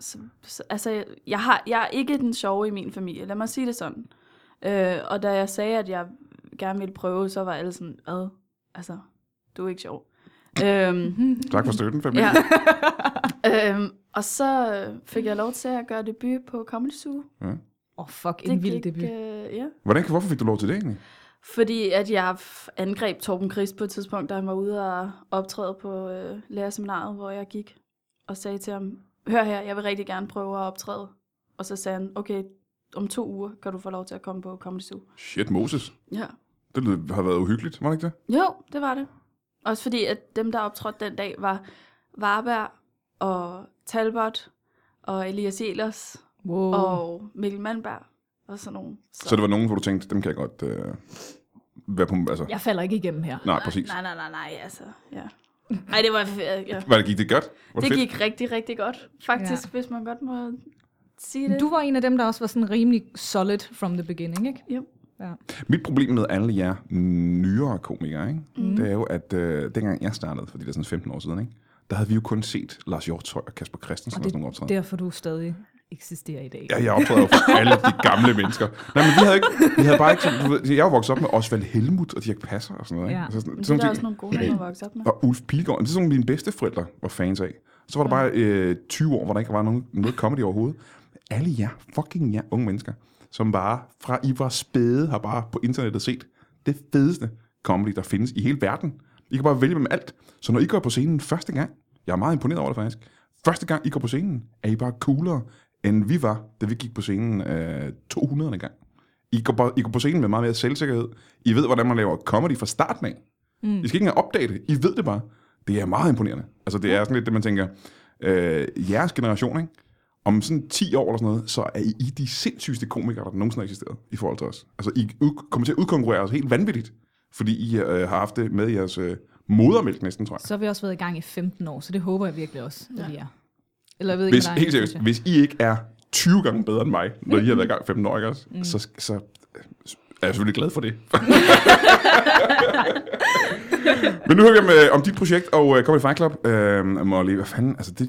Speaker 3: så, så altså, jeg- jeg, har, jeg er ikke den sjove i min familie, lad mig sige det sådan. Øh, og da jeg sagde, at jeg gerne ville prøve, så var alle sådan, ad, altså, du er ikke sjov. øhm,
Speaker 2: Mhm.
Speaker 1: Tak for støtten, familie.
Speaker 3: ja. øhm, og så fik jeg lov til at gøre debut på Comedy Zoo.
Speaker 2: Åh, oh, fuck, en vild
Speaker 3: gik,
Speaker 2: debut.
Speaker 3: Øh, ja.
Speaker 1: Hvordan, hvorfor fik du lov til det egentlig?
Speaker 3: Fordi at jeg f- angreb Torben Chris på et tidspunkt, da han var ude og optræde på øh, lærerseminaret, hvor jeg gik og sagde til ham, hør her, jeg vil rigtig gerne prøve at optræde. Og så sagde han, okay, om to uger kan du få lov til at komme på Comedy Zoo.
Speaker 1: Shit, Moses.
Speaker 3: Ja.
Speaker 1: Det lød- har været uhyggeligt, var det ikke det?
Speaker 3: Jo, det var det. Også fordi, at dem, der optrådte den dag, var Varberg og Talbot og Elias Elers
Speaker 2: Wow.
Speaker 3: oh. og Mikkel Mandberg og sådan nogen.
Speaker 1: Så det var nogen, hvor du tænkte, dem kan jeg godt øh, være på... Altså, ja.
Speaker 2: Jeg falder ikke igennem her.
Speaker 1: Nej, præcis.
Speaker 3: Nej, nej, nej, nej, altså, ja. Nej, det var, ja.
Speaker 1: Var det, gik det godt? Var
Speaker 3: Det
Speaker 1: fedt?
Speaker 3: gik rigtig, rigtig godt, faktisk,
Speaker 2: Ja.
Speaker 3: ja. hvis man godt må sige det.
Speaker 2: Du var en af dem, der også var sådan rimelig solid from the beginning, ikke?
Speaker 3: Jo.
Speaker 2: Ja.
Speaker 1: Mit problem med alle jer nyere komikere, ikke? Mm. det er jo, at øh, dengang jeg startede, fordi det er sådan 15 år siden, ikke? der havde vi jo kun set Lars Hjortøj og Kasper Christensen og, og sådan nogle
Speaker 2: Det er
Speaker 1: optræder.
Speaker 2: derfor, du stadig eksisterer i dag.
Speaker 1: Ja, jeg optræder jo for alle de gamle mennesker. Nej, men vi havde, ikke, vi havde bare ikke... sådan- Du ved, jeg er jo vokset op med Osvald Helmut og Dirk Passer og sådan noget. Ikke?
Speaker 2: Ja.
Speaker 1: Altså, sådan,
Speaker 3: Men det er
Speaker 1: sådan
Speaker 3: der
Speaker 1: nogle
Speaker 3: også
Speaker 1: ting-
Speaker 3: nogle gode, man har vokset op med.
Speaker 1: og Ulf Pilgaard. Det er sådan nogle, mine bedste forældre var fans af. Så var der bare øh, 20 år, hvor der ikke var nogen, noget comedy overhovedet. Alle jer, fucking jer unge mennesker, som bare fra I var spæde, har bare på internettet set det fedeste comedy, der findes i hele verden. I kan bare vælge med alt. Så når I går på scenen første gang, jeg er meget imponeret over det faktisk, første gang I går på scenen, er I bare coolere, end vi var, da vi gik på scenen øh, 200. gang. I går, bare, I går på scenen med meget mere selvsikkerhed. I ved, hvordan man laver comedy fra starten af. Mm. I skal ikke engang opdage det. I ved det bare. Det er meget imponerende. Altså, det er sådan lidt det, man tænker, øh, jeres generation, ikke? Om sådan 10 år eller sådan noget, så er I, I de sindssygeste komikere, der nogensinde har eksisteret i forhold til os. Altså, I ud, kommer til at udkonkurrere os helt vanvittigt, fordi I øh, har haft det med i jeres øh, modermælk næsten, tror jeg.
Speaker 2: Så har vi også været i gang i 15 år, så det håber jeg virkelig også, at vi er. Eller jeg ved ikke,
Speaker 1: Hvis,
Speaker 2: hvad der er
Speaker 1: helt
Speaker 2: en,
Speaker 1: seriøst,
Speaker 2: synes jeg.
Speaker 1: hvis I ikke er 20 gange bedre end mig, når I har været i gang 15 år, ikke også? Mm. Så, så er jeg selvfølgelig glad for det. Men nu hører vi om, øh, om dit projekt og øh, Comedy Fight Club. Øh, Molly, hvad fanden? Altså, det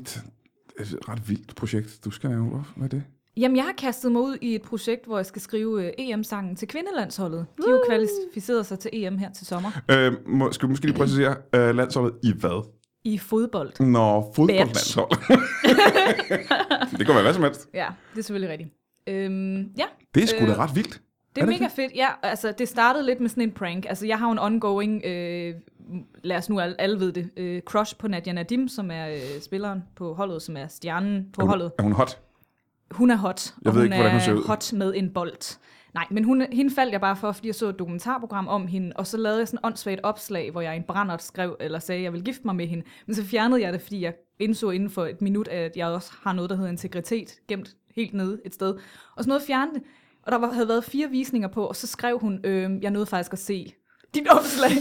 Speaker 1: er et ret vildt projekt, du skal lave. Hvor- Hvad er det?
Speaker 2: Jamen, jeg har kastet mig ud i et projekt, hvor jeg skal skrive øh, EM-sangen til kvindelandsholdet. De har jo kvalificeret sig til EM her til sommer.
Speaker 1: Øh, må, skal vi måske lige præcisere øh, landsholdet i hvad?
Speaker 2: I fodbold.
Speaker 1: Mm. Nå, fodboldlandshold. det kan være hvad som helst.
Speaker 2: Ja, det er selvfølgelig rigtigt. Øhm, ja,
Speaker 1: Det er sgu da
Speaker 2: Øh,
Speaker 1: ret vildt.
Speaker 2: Det er, mega fedt, ja. Altså, det startede lidt med sådan en prank. Altså, jeg har jo en ongoing, øh, lad os nu alle, alle ved det, øh, crush på Nadia Nadim, som er øh, spilleren på holdet, som er stjernen på
Speaker 1: Er hun-
Speaker 2: holdet.
Speaker 1: Er hun hot?
Speaker 2: Hun er hot,
Speaker 1: Jeg
Speaker 2: og
Speaker 1: ved
Speaker 2: hun
Speaker 1: ikke, hvordan
Speaker 2: er
Speaker 1: hun ser ud.
Speaker 2: hot med en bold. Nej, men hun, hende faldt jeg bare for, fordi jeg så et dokumentarprogram om hende, og så lavede jeg sådan et åndssvagt opslag, hvor jeg i en brænder skrev, eller sagde, at jeg ville gifte mig med hende. Men så fjernede jeg det, fordi jeg indså inden for et minut, at jeg også har noget, der hedder integritet, gemt helt nede et sted. Og sådan noget fjernede det. og der var, havde været fire visninger på, og så skrev hun, øh, jeg nåede faktisk at se dit opslag.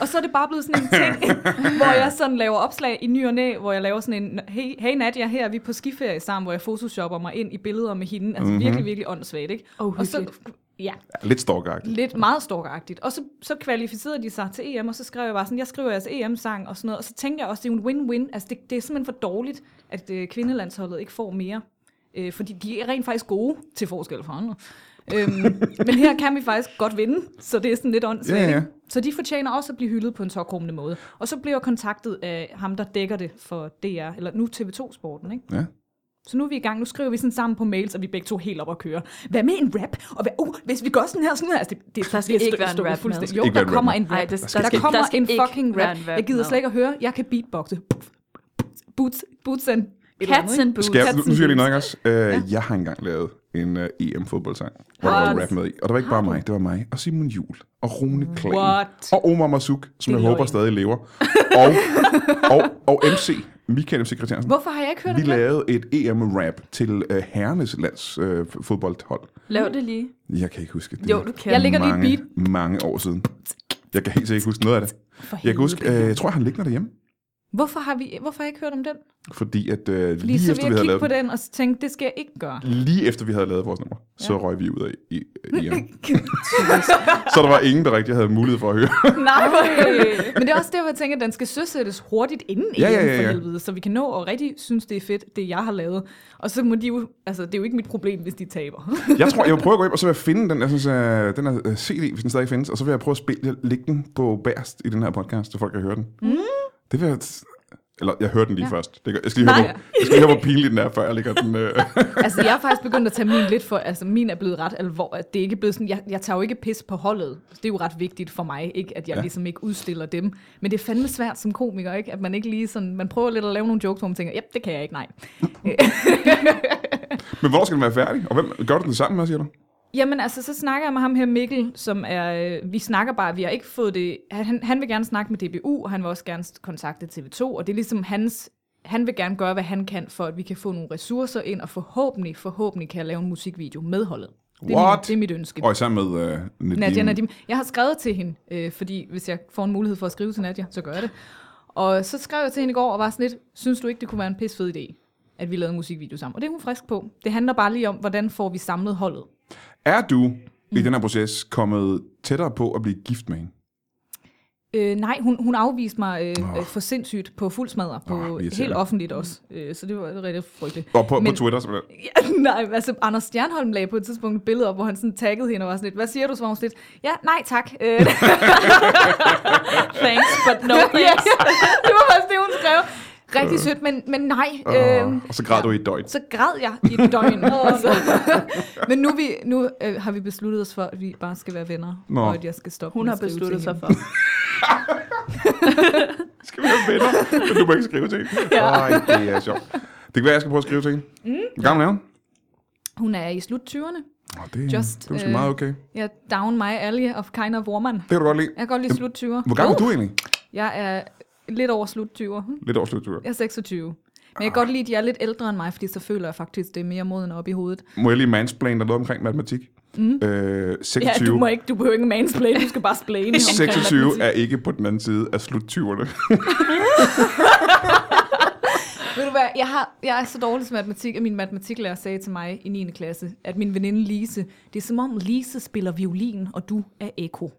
Speaker 2: Og så er det bare blevet sådan en ting, hvor jeg sådan laver opslag i ny og næ, hvor jeg laver sådan en, hey, hey Nadia, her er vi på skiferie sammen, hvor jeg photoshopper mig ind i billeder med hende. Altså mm-hmm. virkelig, virkelig åndssvagt, ikke?
Speaker 3: Åh,
Speaker 2: og så,
Speaker 3: hyggeligt.
Speaker 2: ja,
Speaker 1: Lidt stalkeragtigt.
Speaker 2: lidt meget storkagtigt. Og så, så kvalificerede de sig til EM, og så skrev jeg bare sådan, jeg skriver jeres EM-sang og sådan noget. Og så tænkte jeg også, det er jo en win-win. Altså det, det er simpelthen for dårligt, at øh, kvindelandsholdet ikke får mere. Øh, fordi de er rent faktisk gode til forskel fra andre. Øhm, men her kan vi faktisk godt vinde, så det er sådan lidt åndssvagt.
Speaker 1: Ja,
Speaker 2: Yeah,
Speaker 1: ja.
Speaker 2: Så de fortjener også at blive hyldet på en tårkrummende måde. Og så bliver jeg kontaktet af ham, der dækker det for DR, eller nu TV2-sporten, ikke?
Speaker 1: Ja.
Speaker 2: Så nu er vi i gang, nu skriver vi sådan sammen på mails, og vi er begge to helt op at køre. Hvad med en rap? Og hvad, uh, hvis vi gør sådan her, sådan her, altså det, det,
Speaker 3: Der skal ikke
Speaker 2: stå-
Speaker 3: være en
Speaker 2: stå
Speaker 3: rap med.
Speaker 2: fuldstændig-
Speaker 3: Der
Speaker 1: skal
Speaker 2: Jo,
Speaker 1: ikke være
Speaker 2: der
Speaker 1: en rap
Speaker 2: kommer
Speaker 1: med.
Speaker 2: en rap.
Speaker 3: Ej, det-
Speaker 2: der,
Speaker 3: der
Speaker 2: skal,
Speaker 3: skal
Speaker 2: der
Speaker 3: ikke-
Speaker 2: kommer
Speaker 3: der skal
Speaker 2: en
Speaker 3: ikke
Speaker 2: fucking
Speaker 3: være
Speaker 2: rap.
Speaker 3: en rap
Speaker 2: Jeg gider
Speaker 3: med.
Speaker 2: slet ikke at høre. Jeg kan beatboxe. Boots, boots and... et eller andet,
Speaker 3: Cats
Speaker 2: ikke?
Speaker 3: and Boots.
Speaker 1: Skal jeg, nu, nu siger jeg lige noget engang. Øh,
Speaker 2: Ja.
Speaker 1: Jeg har engang lavet en øh, EM-fodboldsang, hvor der
Speaker 2: Har
Speaker 1: var
Speaker 2: du?
Speaker 1: rap med i. Og det var ikke bare mig, det var mig og Simon Jul og Rune Klan.
Speaker 2: What?
Speaker 1: Og Omar Masuk, som
Speaker 2: Det
Speaker 1: jeg
Speaker 2: er
Speaker 1: håber
Speaker 2: løgn.
Speaker 1: stadig lever. Og, og, og MC, Michael MC Christiansen.
Speaker 2: Hvorfor har jeg ikke hørt
Speaker 1: Vi
Speaker 2: om det?
Speaker 1: lavede et EM-rap til øh, herrenes lands øh, f- fodboldhold.
Speaker 3: Lav det lige.
Speaker 1: Jeg kan ikke huske det.
Speaker 3: Jo, du kan.
Speaker 2: Jeg lægger lige et
Speaker 1: mange, beat. mange år siden. Jeg kan helt sikkert ikke huske noget af det.
Speaker 2: For
Speaker 1: Jeg kan
Speaker 2: helvede.
Speaker 1: huske, øh, jeg tror, han ligger derhjemme.
Speaker 2: Hvorfor har, vi, hvorfor har jeg ikke hørt om den?
Speaker 1: Fordi at øh,
Speaker 2: Fordi så
Speaker 1: lige,
Speaker 2: vil
Speaker 1: efter, vi
Speaker 2: jeg
Speaker 1: havde
Speaker 2: kigge
Speaker 1: lavet,
Speaker 2: på den og så tænke, det skal jeg ikke gøre.
Speaker 1: lige efter vi havde lavet vores nummer, så
Speaker 2: Ja.
Speaker 1: røg vi ud af i, i, EM. Så der var ingen, der rigtig havde mulighed for at høre.
Speaker 2: Nej,
Speaker 3: Øh.
Speaker 2: men det er også derfor, jeg tænker, at den skal søsættes hurtigt inden
Speaker 1: Ja,
Speaker 2: ja,
Speaker 1: ja,
Speaker 2: ja,
Speaker 1: ja, ja.
Speaker 2: for helvede, så vi kan nå og rigtig synes, det er fedt, det jeg har lavet. Og så må de jo, altså det er jo ikke mit problem, hvis de taber.
Speaker 1: Jeg tror, jeg vil prøve at gå hjem, og så vil jeg finde den, jeg synes, øh, den her øh, CD, hvis den stadig findes, og så vil jeg prøve at spille, lægge den på bærst i den her podcast, så folk kan høre den. Mm. Det vil jeg... Eller, jeg hørte den lige ja. først. Det gør, jeg skal lige høre,
Speaker 2: Nej.
Speaker 1: hvor, jeg skal lige høre, hvor pinlig den er, før jeg lægger den... Øh.
Speaker 2: altså jeg er faktisk begyndt at tage min lidt for, altså min er blevet ret alvor, at det er ikke blevet sådan, jeg, jeg tager jo ikke pis på holdet. Det er jo ret vigtigt for mig, ikke, at jeg
Speaker 1: Ja.
Speaker 2: ja. ligesom ikke udstiller dem. Men det er fandme svært som komiker, ikke, at man ikke lige sådan, man prøver lidt at lave nogle jokes, hvor man tænker, jep, det kan jeg ikke, nej.
Speaker 1: Men hvornår skal den være færdig? Og hvem gør du den sammen med, siger du?
Speaker 2: Jamen altså, så snakker jeg med ham her Mikkel, som er, øh, vi snakker bare, vi har ikke fået det, han, han vil gerne snakke med DBU, og han vil også gerne kontakte TV2, og det er ligesom hans, han vil gerne gøre, hvad han kan, for at vi kan få nogle ressourcer ind, og forhåbentlig, forhåbentlig kan jeg lave en musikvideo med holdet. Det er,
Speaker 1: What?
Speaker 2: Mit, det er mit ønske.
Speaker 1: Og sammen med øh, Nadine.
Speaker 2: Nadia Nadim. Jeg har skrevet til hende, øh, fordi hvis jeg får en mulighed for at skrive til Nadia, så gør jeg det. Og så skrev jeg til hende i går og var sådan lidt, synes du ikke, det kunne være en pis fed idé, at vi lavede en musikvideo sammen? Og det er hun frisk på. Det handler bare lige om, hvordan får vi samlet holdet.
Speaker 1: Er du i den her proces kommet tættere på at blive gift med hende?
Speaker 2: Øh, nej, hun, hun afviste mig øh,
Speaker 1: Åh.
Speaker 2: oh. for sindssygt på fuld smadre, på
Speaker 1: Åh,
Speaker 2: oh,
Speaker 1: irriterende.
Speaker 2: helt offentligt også. Øh, så det var rigtig frygteligt.
Speaker 1: Og på, Men...
Speaker 2: Men-
Speaker 1: på Twitter, simpelthen.
Speaker 2: Ja, nej, altså Anders Stjernholm lagde på et tidspunkt et billede op, hvor han sådan taggede hende og var sådan lidt, hvad siger du? Så var hun sådan lidt, ja, nej tak. Øh,
Speaker 3: Thanks, but no
Speaker 2: ja,
Speaker 3: thanks.
Speaker 2: det var faktisk det, hun skrev. Rigtig sødt, men, men nej.
Speaker 1: Øh,
Speaker 2: Øh,
Speaker 1: og så græd du i et døgn.
Speaker 2: så græd jeg i et døgn. altså. Men nu, er vi, nu øh, har vi besluttet os for, at vi bare skal være venner,
Speaker 1: Nå.
Speaker 2: og at jeg skal stoppe
Speaker 3: Hun
Speaker 2: med
Speaker 3: har
Speaker 2: at skrive
Speaker 3: besluttet
Speaker 2: til
Speaker 3: sig
Speaker 2: hende.
Speaker 3: for.
Speaker 1: Skal vi være venner? Men du må ikke skrive til hende. Ja. Ej, det er sjovt. Det kan være, jeg skal prøve at skrive til hende. Mm. Hvor gammel er hun?
Speaker 2: Hun er i slut 20'erne.
Speaker 1: Oh, det,
Speaker 2: Just,
Speaker 1: det er måske
Speaker 2: øh,
Speaker 1: meget okay.
Speaker 2: Jeg down my alley of kind of woman.
Speaker 1: Det kan du godt lide.
Speaker 2: Jeg kan godt lide slut 20'er.
Speaker 1: Hvor gammel er du egentlig?
Speaker 2: Jeg er lidt over slut 20'er.
Speaker 1: Lidt over sluttur.
Speaker 2: Jeg er 26. Men
Speaker 1: Ah.
Speaker 2: jeg kan godt lide, at de er lidt ældre end mig, fordi så føler jeg faktisk, det er mere moden op i hovedet.
Speaker 1: Må jeg lige mansplane dig noget omkring matematik? Mm. Øh, 26,
Speaker 2: ikke, du behøver ikke mansplain, du skal bare splane.
Speaker 1: 26 er ikke på den anden side af slut 20'erne.
Speaker 2: Ved du hvad, jeg, har, jeg er så dårlig til matematik, at min matematiklærer sagde til mig i 9. klasse, at min veninde Lise, det er som om Lise spiller violin, og du er eko.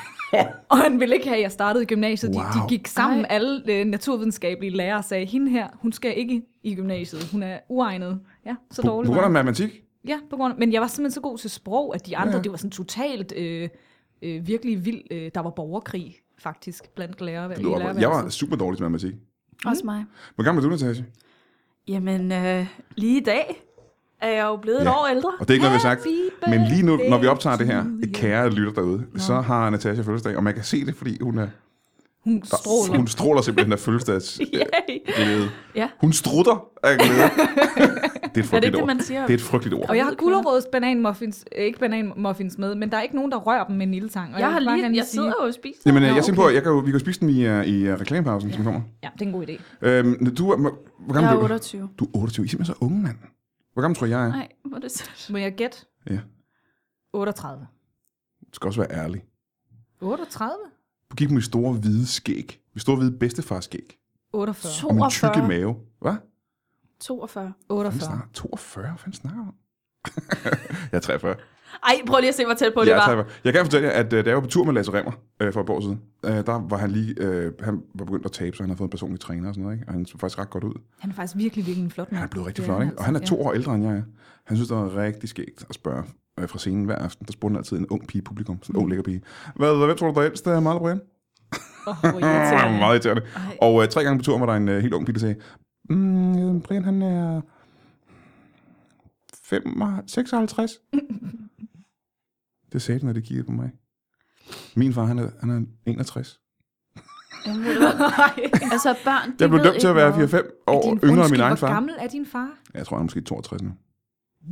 Speaker 2: og han ville ikke have, at jeg startede i gymnasiet. Wow. De,
Speaker 1: Wow.
Speaker 2: de gik sammen,
Speaker 3: Ej.
Speaker 2: alle øh, naturvidenskabelige lærere og sagde, hende her, hun skal ikke i gymnasiet, hun er uegnet. Ja, så
Speaker 1: På,
Speaker 2: dårlig.
Speaker 1: på
Speaker 2: var
Speaker 1: grund af
Speaker 2: jeg.
Speaker 1: matematik?
Speaker 2: Ja, på grund af, men jeg var simpelthen så god til sprog, at de andre,
Speaker 1: Ja.
Speaker 2: ja. det var sådan totalt øh, øh, virkelig vild. Øh, der var borgerkrig faktisk blandt lærere.
Speaker 1: Det lyder op- Jeg var super dårlig til matematik.
Speaker 3: Også mig.
Speaker 1: Hvor gammel er du, Natasha?
Speaker 3: Jamen, øh, lige i dag er jeg jo blevet et
Speaker 1: Ja.
Speaker 3: år ældre.
Speaker 1: Og det er ikke noget, vi har sagt.
Speaker 2: Happy
Speaker 1: Men lige nu, når vi
Speaker 2: birthday
Speaker 1: optager det her,
Speaker 2: to you.
Speaker 1: kære lytter derude, så har Natasha fødselsdag, og man kan se det, fordi hun er...
Speaker 2: Hun stråler.
Speaker 1: Hun stråler simpelthen af fødselsdags... øh,
Speaker 3: Yay.
Speaker 1: glæde.
Speaker 3: Ja.
Speaker 1: Hun strutter af glæde. det er et frygteligt
Speaker 3: Er det ikke det,
Speaker 1: ord.
Speaker 3: man siger?
Speaker 1: Det er et frygteligt ord.
Speaker 2: Og jeg har
Speaker 3: Hvidkål.
Speaker 2: gulerods bananmuffins, øh, ikke bananmuffins med, men der er ikke nogen, der rører dem med niltang. Og
Speaker 3: Jeg har
Speaker 2: vil bare gerne
Speaker 3: lige, jeg sidder jo og spiser.
Speaker 1: Jamen, øh, jeg
Speaker 2: Nå,
Speaker 1: tænker på, at jeg kan, jo- vi kan jo spise den i, øh, i øh, reklamepausen, som kommer.
Speaker 2: Ja, det er en god idé.
Speaker 1: Øhm, du er, hvor- hvor gammel
Speaker 3: Jeg er
Speaker 1: blev du?
Speaker 3: 28.
Speaker 1: Du er 28. I er simpelthen så unge, mand. Hvor gammel tror jeg, jeg er?
Speaker 3: Nej, hvor er det sødt.
Speaker 2: Må jeg gætte?
Speaker 1: Ja.
Speaker 2: 38.
Speaker 1: Du skal også være ærlig.
Speaker 2: 38?
Speaker 1: Du gik med mit store hvide skæg. Mit store hvide bedstefarskæg.
Speaker 2: 48.
Speaker 1: Og min tykke
Speaker 3: 42.
Speaker 1: mave. Hvad?
Speaker 3: 42.
Speaker 1: Hvad
Speaker 2: 48.
Speaker 1: snakker 42? Hvad fanden snakker du om? jeg er 43.
Speaker 3: Ej, prøv lige at se, hvor tæt på det
Speaker 1: jeg, er
Speaker 3: var.
Speaker 1: 43. jeg kan fortælle jer, at øh, da jeg var på tur med Lasse Remmer øh, for et par år siden, øh, der var han lige, øh, han var begyndt at tabe, så han havde fået en personlig træner og sådan noget, ikke? og han så faktisk ret godt ud.
Speaker 2: Han er faktisk virkelig, virkelig en flot mand.
Speaker 1: Han er blevet rigtig
Speaker 2: Det
Speaker 1: flot,
Speaker 2: han
Speaker 1: ikke? Og han er
Speaker 2: altså,
Speaker 1: to år ældre end jeg er. Han synes, det var rigtig skægt at spørge øh, fra scenen hver aften, der spurgte den altid en ung pige i publikum, sådan en ung lækker pige. Hvad, hvem tror du, der er ældst? Det er Marla Brian.
Speaker 2: Åh, hvor
Speaker 1: Mm,
Speaker 2: irriterende.
Speaker 1: meget irriterende.
Speaker 3: Ej.
Speaker 1: Og øh, tre gange på turen var der en øh, helt ung pige, der sagde, mm, øh, Brian han er 55, 56. det sagde den, når det kiggede på mig. Min far, han er, han er 61.
Speaker 3: Jamen, ved du hvad? altså, børn, de
Speaker 1: Jeg blev
Speaker 3: ved
Speaker 1: dømt til at
Speaker 3: ikke
Speaker 1: være
Speaker 3: noget.
Speaker 1: 4-5 år
Speaker 2: Din-
Speaker 1: yngre end min
Speaker 2: undskyld,
Speaker 1: egen
Speaker 2: Hvor
Speaker 1: far.
Speaker 2: gammel er din far?
Speaker 1: Ja, Jeg tror, han er måske 62 nu.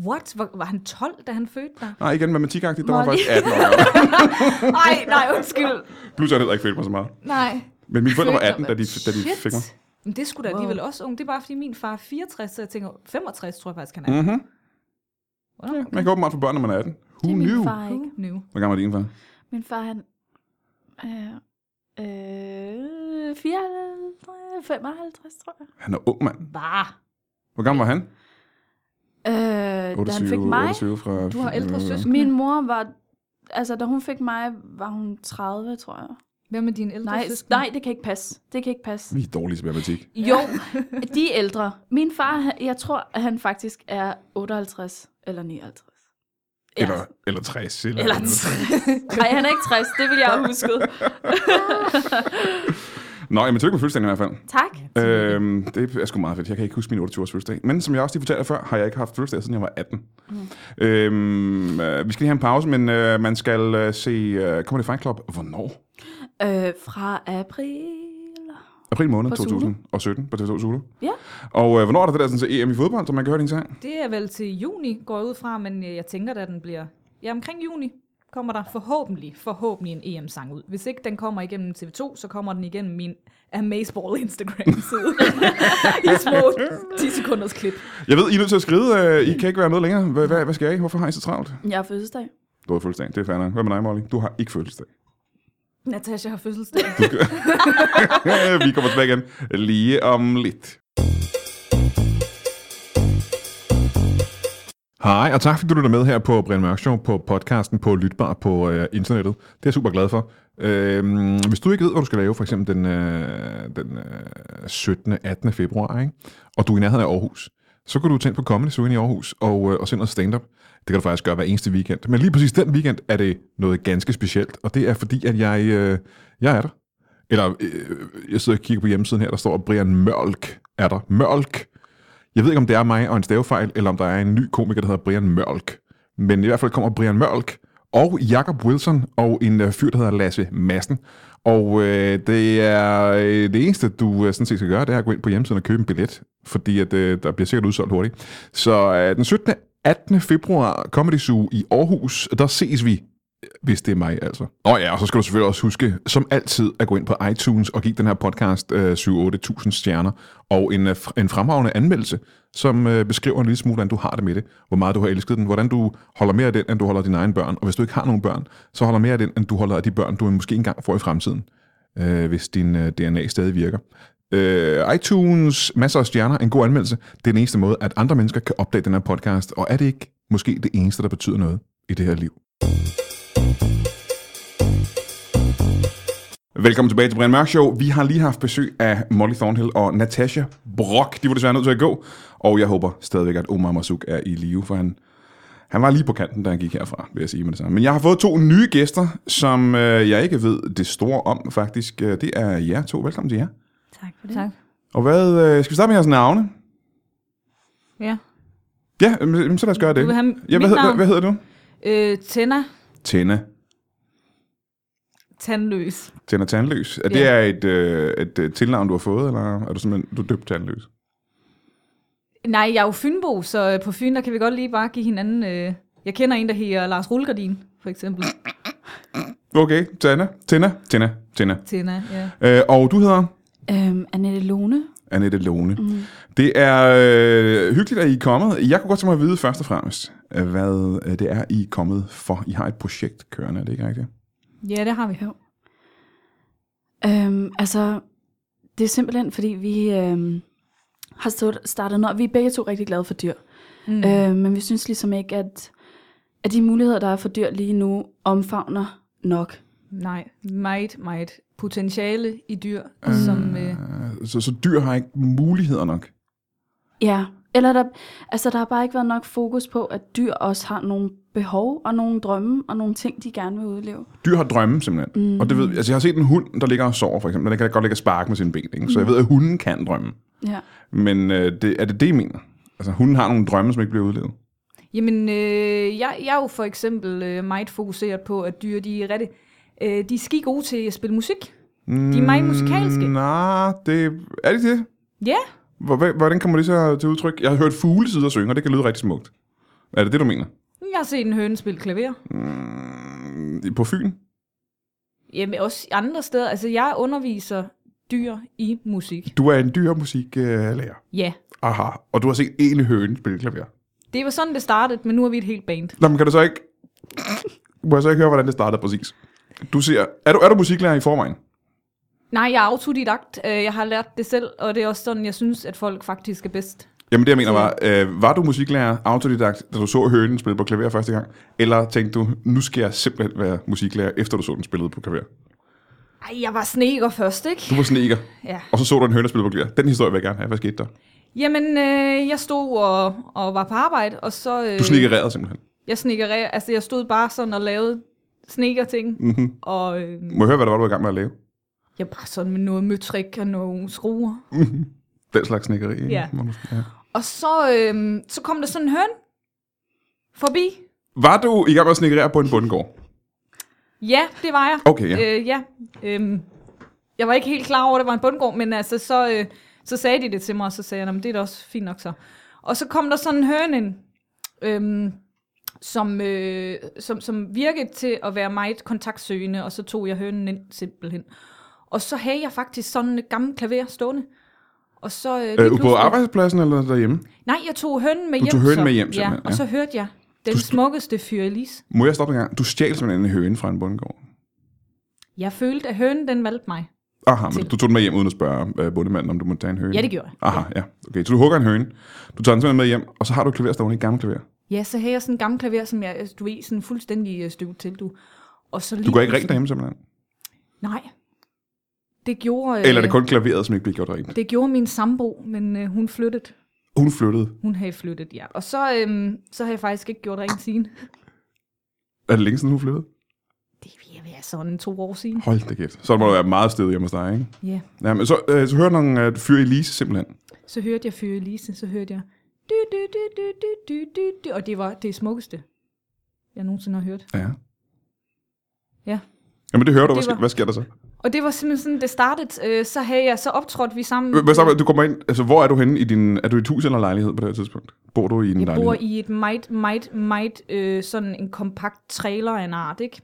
Speaker 2: What? Var, var han 12, da han fødte dig?
Speaker 1: Nej, igen, matematikagtigt, der var jeg
Speaker 3: Molly.
Speaker 1: faktisk 18 år. gammel.
Speaker 2: Nej, nej, undskyld.
Speaker 1: Plus, jeg heller ikke følte mig så meget.
Speaker 2: Nej.
Speaker 1: Men mine forældre var
Speaker 3: Følte
Speaker 1: 18, da de, da de fik mig.
Speaker 2: Men det skulle da
Speaker 3: Wow.
Speaker 2: alligevel også ung. Det er bare, fordi min far er 64, så jeg tænker, 65 tror jeg faktisk, han er.
Speaker 1: Mm-hmm.
Speaker 2: Wow, okay.
Speaker 1: Man kan åbenbart få børn, når man er 18. Who
Speaker 3: Det er
Speaker 1: knew?
Speaker 3: min far, ikke?
Speaker 2: Who knew?
Speaker 1: Hvor gammel er din far?
Speaker 3: Min far, han er øh, 54, 55, tror jeg.
Speaker 1: Han er ung, mand.
Speaker 2: Bare.
Speaker 1: Hvor gammel var han?
Speaker 3: Øh, da han fik mig,
Speaker 1: 28 fra...
Speaker 2: Du har ældre
Speaker 1: øh,
Speaker 2: søskende.
Speaker 3: min mor var, altså da hun fik mig, var hun 30, tror jeg.
Speaker 2: Hvad med dine ældre
Speaker 3: Nej,
Speaker 2: søskende?
Speaker 3: nej, det kan ikke passe. Det kan ikke passe.
Speaker 1: Vi er dårlige til matematik.
Speaker 3: Jo, de er ældre. Min far, han- jeg tror, at han faktisk er 58 eller 59. Ja.
Speaker 1: Eller, eller 60. Eller,
Speaker 3: Eller 60. Nej, han er ikke 60, det vil jeg have husket.
Speaker 1: Nå, jamen tillykke med fødselsdagen i hvert fald.
Speaker 3: Tak.
Speaker 1: Øhm, det er sgu meget fedt. Jeg kan ikke huske min 28-års fødselsdag. Men som jeg også lige fortalte jer før, har jeg ikke haft fødselsdag, siden jeg var 18. Mm. Øhm, øh, vi skal lige have en pause, men øh, man skal øh, se... Øh, kommer det Fight Club? Hvornår?
Speaker 3: Øh, fra april.
Speaker 1: April måned
Speaker 3: På Zulu.
Speaker 1: 2017 på TV2 Zulu.
Speaker 3: Ja.
Speaker 1: Og øh, hvornår er der det der sådan, så EM i fodbold, som man kan høre din sang?
Speaker 2: Det er vel til juni, går jeg ud fra, men øh, jeg tænker, at den bliver... Ja, omkring juni kommer der forhåbentlig, forhåbentlig en EM-sang ud. Hvis ikke den kommer igennem TV2, så kommer den igennem min Amazeball Instagram-side. I små 10 sekunders klip.
Speaker 1: Jeg ved, I er nødt til at skride. Øh, I kan ikke være med længere. Hvad, hvad, hvad skal I? Hvorfor har I så travlt?
Speaker 3: Jeg har fødselsdag.
Speaker 1: Du har fødselsdag. Det er fair nok. Hvad med dig, Molly? Du har ikke fødselsdag.
Speaker 2: Natasha har fødselsdag.
Speaker 1: vi kommer tilbage igen lige om lidt. Hej, og tak fordi du lytter med her på Brian Mørk Show på podcasten på Lytbar på øh, internettet. Det er jeg super glad for. Øhm, hvis du ikke ved, hvad du skal lave, for eksempel den, øh, den øh, 17. 18. februar, ikke? og du er i nærheden af Aarhus, så kan du tænke på Comedy Zoo inde i Aarhus og, øh, og se noget stand-up. Det kan du faktisk gøre hver eneste weekend. Men lige præcis den weekend er det noget ganske specielt, og det er fordi, at jeg, øh, jeg er der. Eller øh, jeg sidder og kigger på hjemmesiden her, der står, at Brian Mørk er der. Mørk. Jeg ved ikke, om det er mig og en stavefejl, eller om der er en ny komiker, der hedder Brian Mørk. Men i hvert fald kommer Brian Mørk og Jakob Wilson og en øh, fyr, der hedder Lasse Madsen. Og øh, det er øh, det eneste, du øh, sådan set skal gøre, det er at gå ind på hjemmesiden og købe en billet, fordi at, øh, der bliver sikkert udsolgt hurtigt. Så øh, den 17. 18. februar Comedy Zoo i Aarhus, der ses vi hvis det er mig altså. Nå ja, og så skal du selvfølgelig også huske, som altid, at gå ind på iTunes og give den her podcast øh, 7-8.000 stjerner og en, øh, fr- en fremragende anmeldelse, som øh, beskriver en lille smule, hvordan du har det med det, hvor meget du har elsket den, hvordan du holder mere af den, end du holder af dine egne børn, og hvis du ikke har nogen børn, så holder mere af den, end du holder af de børn, du måske engang får i fremtiden, øh, hvis din øh, DNA stadig virker. Øh, iTunes, masser af stjerner, en god anmeldelse, det er den eneste måde, at andre mennesker kan opdage den her podcast, og er det ikke måske det eneste, der betyder noget i det her liv? Velkommen tilbage til Brian Mørk Show. Vi har lige haft besøg af Molly Thornhill og Natasha Brock. De var desværre nødt til at gå, og jeg håber stadigvæk, at Omar Masuk er i live, for han, han var lige på kanten, da han gik herfra, vil jeg sige med det samme. Men jeg har fået to nye gæster, som øh, jeg ikke ved det store om faktisk. Øh, Det er jer to. Velkommen til jer.
Speaker 2: tak for det. Tak.
Speaker 1: Og hvad, øh, skal vi starte med jeres navne?
Speaker 2: Ja.
Speaker 1: Ja, øhm, øhm, så lad os gøre det.
Speaker 2: Du vil have
Speaker 1: ja,
Speaker 2: mit
Speaker 1: hvad, hedder,
Speaker 2: navn?
Speaker 1: hvad, hvad hedder du?
Speaker 2: Øh, tænder
Speaker 1: Tænde.
Speaker 2: tandløs.
Speaker 1: Tænder Tandløs. Er det
Speaker 2: Ja.
Speaker 1: er et, øh, et øh, tilnavn, du har fået, eller er du simpelthen du er døbt Tandløs?
Speaker 2: Nej, jeg er jo Fynbo, så øh, på Fyn, der kan vi godt lige bare give hinanden... Øh, jeg kender en, der hedder Lars Rullegardin, for eksempel.
Speaker 1: Okay, Tanna. Tænder. Tænder. Tænder.
Speaker 2: Tænder, ja.
Speaker 1: Øh, og du hedder
Speaker 3: Øhm, Annette Lone.
Speaker 1: Annette Lone. Mm. Det er øh, hyggeligt, at I er kommet. Jeg kunne godt tænke mig at vide først og fremmest, øh, hvad øh, det er, I er kommet for. I har et projekt kørende, er det ikke rigtigt?
Speaker 2: Ja, det har vi.
Speaker 3: Øhm, altså, det er simpelthen, fordi vi øhm, har stået, startet noget. Vi er begge to rigtig glade for dyr. Mm. Øhm, men vi synes ligesom ikke, at, at de muligheder, der er for dyr lige nu, omfavner nok.
Speaker 2: Nej, meget, meget potentiale i dyr, mm. som... Øh,
Speaker 1: Øh, så, så dyr har ikke muligheder nok.
Speaker 3: Ja, eller der, altså, der har bare ikke været nok fokus på, at dyr også har nogle behov og nogle drømme og nogle ting, de gerne vil udleve.
Speaker 1: Dyr har drømme, simpelthen. Mm. Og det ved, altså, jeg har set en hund, der ligger og sover, for eksempel. Den kan godt ligge og sparke med sine ben, ikke? Så
Speaker 2: Mm.
Speaker 1: jeg ved, at hunden kan drømme.
Speaker 3: Ja.
Speaker 1: Men øh, det, er det det, I mener? Altså, hunden har nogle drømme, som ikke bliver udlevet.
Speaker 2: Jamen, øh, jeg, jeg er jo for eksempel øh, meget fokuseret på, at dyr, de er rigtig, øh, de er ski gode til at spille musik. De er meget musikalske.
Speaker 1: Nej, det... Er det det?
Speaker 2: Ja,
Speaker 1: Hvor- Hvordan kommer det så til udtryk? Jeg har hørt fugle sidde og synge, og det kan lyde rigtig smukt. Er det det, du mener?
Speaker 2: jeg har set en høne spille klaver.
Speaker 1: Mm, på Fyn?
Speaker 2: Jamen, også andre steder. Altså, jeg underviser dyr i musik.
Speaker 1: Du er en dyrmusiklærer.
Speaker 2: Ja,
Speaker 1: Aha. Og du har set en høne spille klaver.
Speaker 2: det var sådan, det startede, men nu er vi et helt band.
Speaker 1: Nå, men kan du så ikke... Må jeg så ikke høre, hvordan det startede præcis? Du siger... Er du, er du musiklærer i forvejen?
Speaker 2: Nej, jeg er autodidakt. Øh, Jeg har lært det selv, og det er også sådan, jeg synes, at folk faktisk er bedst.
Speaker 1: Jamen det, jeg mener var, øh, var du musiklærer, autodidakt, da du så hønen spille på klaver første gang? Eller tænkte du, nu skal jeg simpelthen være musiklærer, efter du så den spillede på klaver?
Speaker 2: Ej, jeg var sneker først, ikke?
Speaker 1: Du var sneker,
Speaker 2: Ja.
Speaker 1: og så så du en høne spille på klaver. Den historie vil jeg gerne have. Hvad skete der?
Speaker 2: Jamen, øh, jeg stod og, og var på arbejde, og så... Øh,
Speaker 1: Du snekererede simpelthen.
Speaker 2: Jeg snekerede, altså jeg stod bare sådan og lavede snekerting,
Speaker 1: Mm-hmm.
Speaker 2: og øh,
Speaker 1: Må jeg høre, hvad der var, du var i gang med at lave?
Speaker 2: jeg bare sådan med noget møtrik og nogle skruer.
Speaker 1: Den slags snekkeri. ikke?
Speaker 2: Ja.
Speaker 1: Må du- ja.
Speaker 2: Og så, øh, så kom der sådan en høn forbi.
Speaker 1: Var du i gang med at snikkerere på en bundgård?
Speaker 2: Ja, det var jeg.
Speaker 1: Okay, ja.
Speaker 2: Øh, ja. Øhm, jeg var ikke helt klar over, at det var en bundgård, men altså, så, øh, så sagde de det til mig, og så sagde jeg, "Nå, men det er da også fint nok så. Og så kom der sådan en høne ind, øhm, som, øh, som, som virkede til at være meget kontaktsøgende, og så tog jeg hønen ind simpelthen. Og så havde jeg faktisk sådan et gammelt klaver stående. Og så, øh, lige
Speaker 1: Øh, ude på
Speaker 2: pludselig-
Speaker 1: arbejdspladsen eller derhjemme?
Speaker 2: Nej, jeg tog hønen med
Speaker 1: Du
Speaker 2: hjem.
Speaker 1: tog hønen
Speaker 2: så.
Speaker 1: med hjem,
Speaker 2: ja,
Speaker 1: simpelthen,
Speaker 2: og
Speaker 1: ja.
Speaker 2: så hørte jeg den smukkeste fyrelis.
Speaker 1: Må jeg stoppe en gang? Du stjal simpelthen en høne fra en bundgård.
Speaker 2: Jeg følte, at hønen den valgte mig.
Speaker 1: Aha, men du tog den med hjem uden at spørge øh, bundemanden, om du måtte tage en høne?
Speaker 2: Ja, det gjorde jeg.
Speaker 1: Aha, ja. Okay, så du hugger en høne, du tager den simpelthen med hjem, og så har du et klaver stående, et gammelt klaver.
Speaker 2: Ja, så havde jeg sådan en gammel klaver, som jeg, altså, du ved, sådan fuldstændig øh, støvet til, du. Og så lige
Speaker 1: Du går ikke rent
Speaker 2: pludselig-
Speaker 1: derhjemme simpelthen?
Speaker 2: Nej. Det gjorde, øh,
Speaker 1: Eller er det kun klaveret, som ikke bliver gjort rent?
Speaker 2: det gjorde min sambo, men øh, hun flyttede.
Speaker 1: Hun flyttede.
Speaker 2: Hun havde flyttet, ja. Og så, øh, så har jeg faktisk ikke gjort rent siden.
Speaker 1: Er det længe siden, hun flyttede?
Speaker 2: Det vil være sådan to år siden.
Speaker 1: Hold da kæft. Så må du være meget stedig hjemme hos dig, ikke?
Speaker 2: Ja.
Speaker 1: Ja, men så, øh, så hører du nogle øh, fyre Elise simpelthen.
Speaker 2: Så hørte jeg Fyre Elise, så hørte jeg... Du, du, du, du, du, du, du, du, og det var det smukkeste, jeg nogensinde har hørt.
Speaker 1: Ja.
Speaker 2: Ja.
Speaker 1: Jamen det hører du. Hvad,
Speaker 2: Det var-
Speaker 1: sker, hvad sker der så?
Speaker 2: Og det var simpelthen sådan, det startede. Øh, så havde jeg, så optrådte vi sammen.
Speaker 1: Hvad så, du kommer ind, altså hvor er du henne i din, er du i et hus eller lejlighed på det her tidspunkt? Bor du i en
Speaker 2: Jeg bor
Speaker 1: lejlighed?
Speaker 2: i et meget, meget, meget øh, sådan en kompakt trailer af en art, ikke?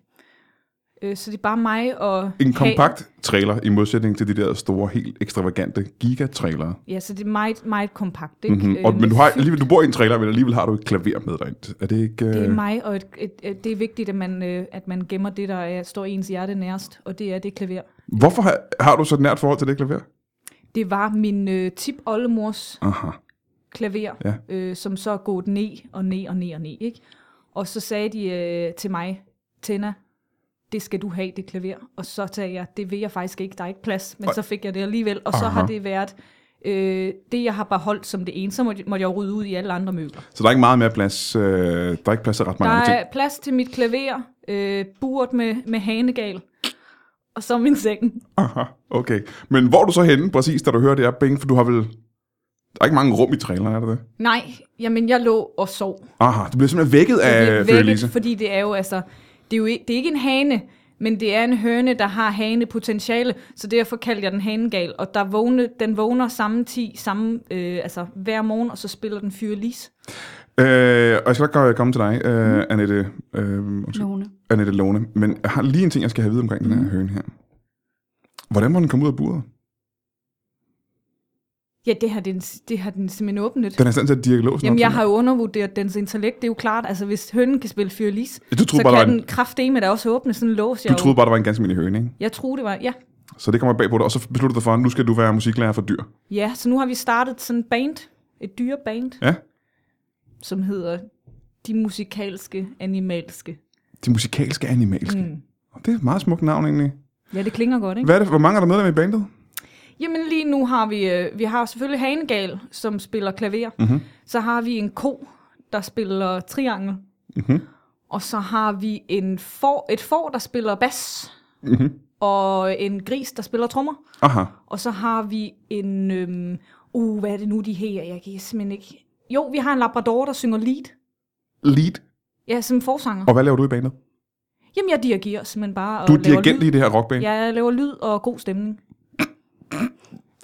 Speaker 2: Øh, så det er bare mig og...
Speaker 1: En
Speaker 2: Ka-
Speaker 1: kompakt trailer i modsætning til de der store, helt ekstravagante gigatrailere.
Speaker 2: Ja, så det er meget, meget kompakt, ikke?
Speaker 1: Mm-hmm. Og,
Speaker 2: Øh,
Speaker 1: men
Speaker 2: med
Speaker 1: du, har,
Speaker 2: fyld.
Speaker 1: alligevel, du bor i en trailer, men alligevel har du et klaver med dig. Er det ikke... Øh...
Speaker 2: Det er mig, og et, et, et, det er vigtigt, at man, øh, at man gemmer det, der er, står ens hjerte nærest, og det er det klaver.
Speaker 1: Hvorfor har, har du så et nært forhold til det klaver?
Speaker 2: Det var min øh, tip-oldemors
Speaker 1: Aha.
Speaker 2: klaver,
Speaker 1: Ja.
Speaker 2: øh, som så er gået ned og ned og ned og ned, ikke? Og så sagde de øh, til mig, Tænder, det skal du have, det klaver. Og så sagde jeg, det vil jeg faktisk ikke, der er ikke plads. Men så fik jeg det alligevel, og så
Speaker 1: Aha.
Speaker 2: har det været øh, det, jeg har beholdt som det ene. Så måtte, måtte jeg jo rydde ud i alle andre møbler.
Speaker 1: Så der er ikke meget mere plads. Øh, der er ikke plads til ret
Speaker 2: Der
Speaker 1: mange andre ting.
Speaker 2: er plads til mit klaver, øh, burt med, med hanegal, og så min seng.
Speaker 1: Aha, okay. Men hvor er du så henne præcis, da du hører det her bing? For du har vel... Der er ikke mange rum i traileren, er der det?
Speaker 2: Nej, jamen jeg lå og sov.
Speaker 1: Aha, du bliver simpelthen vækket
Speaker 2: Det
Speaker 1: af
Speaker 2: er
Speaker 1: Føde
Speaker 2: vækket,
Speaker 1: Øh, Lise.
Speaker 2: fordi det er jo altså, det er jo ikke, det er ikke en hane, men det er en høne, der har hanepotentiale, så derfor kalder jeg den hanegal, og der vågne, den vågner samme ti, samme, øh, altså hver morgen, og så spiller den fyre lis.
Speaker 1: Øh, og jeg skal nok komme til dig, øh,
Speaker 2: Mm.
Speaker 1: Annette, øh, undskyld,
Speaker 3: Lone.
Speaker 1: Annette Lone. Men jeg har lige en ting, jeg skal have vide omkring den
Speaker 2: Mm.
Speaker 1: her høne her. Hvordan må den komme ud af buret?
Speaker 2: Ja, det har den, det har den simpelthen åbnet.
Speaker 1: Den er i stand til at dirke låsen
Speaker 2: Jamen,
Speaker 1: op,
Speaker 2: jeg
Speaker 1: sådan
Speaker 2: har jo undervurderet dens intellekt, det er jo klart. Altså, hvis hønen kan spille fyre lis,
Speaker 1: her. Du
Speaker 2: så
Speaker 1: troede, bare, der
Speaker 2: kan
Speaker 1: var en,
Speaker 2: den kraftedeme da også åbne sådan en lås.
Speaker 1: du
Speaker 2: Jeg,
Speaker 1: troede bare, der var en ganske almindelig høne, ikke?
Speaker 2: jo, jeg troede, det var, ja.
Speaker 1: Så det kommer bag på dig, og så beslutter du dig for, at nu skal du være musiklærer for dyr.
Speaker 2: Ja, så nu har vi startet sådan en band, et dyreband,
Speaker 1: Ja,
Speaker 2: som hedder De Musikalske Animalske.
Speaker 1: de musikalske animalske. Mm.
Speaker 2: Mm.
Speaker 1: Det er et meget smukt navn, egentlig.
Speaker 2: Ja, det klinger godt, ikke?
Speaker 1: Hvad er det, hvor mange er der medlem i bandet?
Speaker 2: Jamen lige nu har vi, øh, vi har selvfølgelig Hanegal, som spiller klaver.
Speaker 1: Mhm.
Speaker 2: Så har vi en ko, der spiller triangel.
Speaker 1: Mm-hmm.
Speaker 2: Og så har vi en for, et får, der spiller bas,
Speaker 1: Mm-hmm.
Speaker 2: og en gris, der spiller trommer.
Speaker 1: Aha.
Speaker 2: Og så har vi en... Øhm, uh, hvad er det nu, de her? Jeg kan simpelthen ikke... Jo, vi har en labrador, der synger lead.
Speaker 1: Lead.
Speaker 2: Ja, som forsanger.
Speaker 1: Og hvad laver du i bandet?
Speaker 2: Jamen, jeg dirigerer simpelthen bare og
Speaker 1: Du er
Speaker 2: laver
Speaker 1: dirigent i
Speaker 2: lyd.
Speaker 1: det her rockband, ja.
Speaker 2: Jeg laver lyd og god stemning.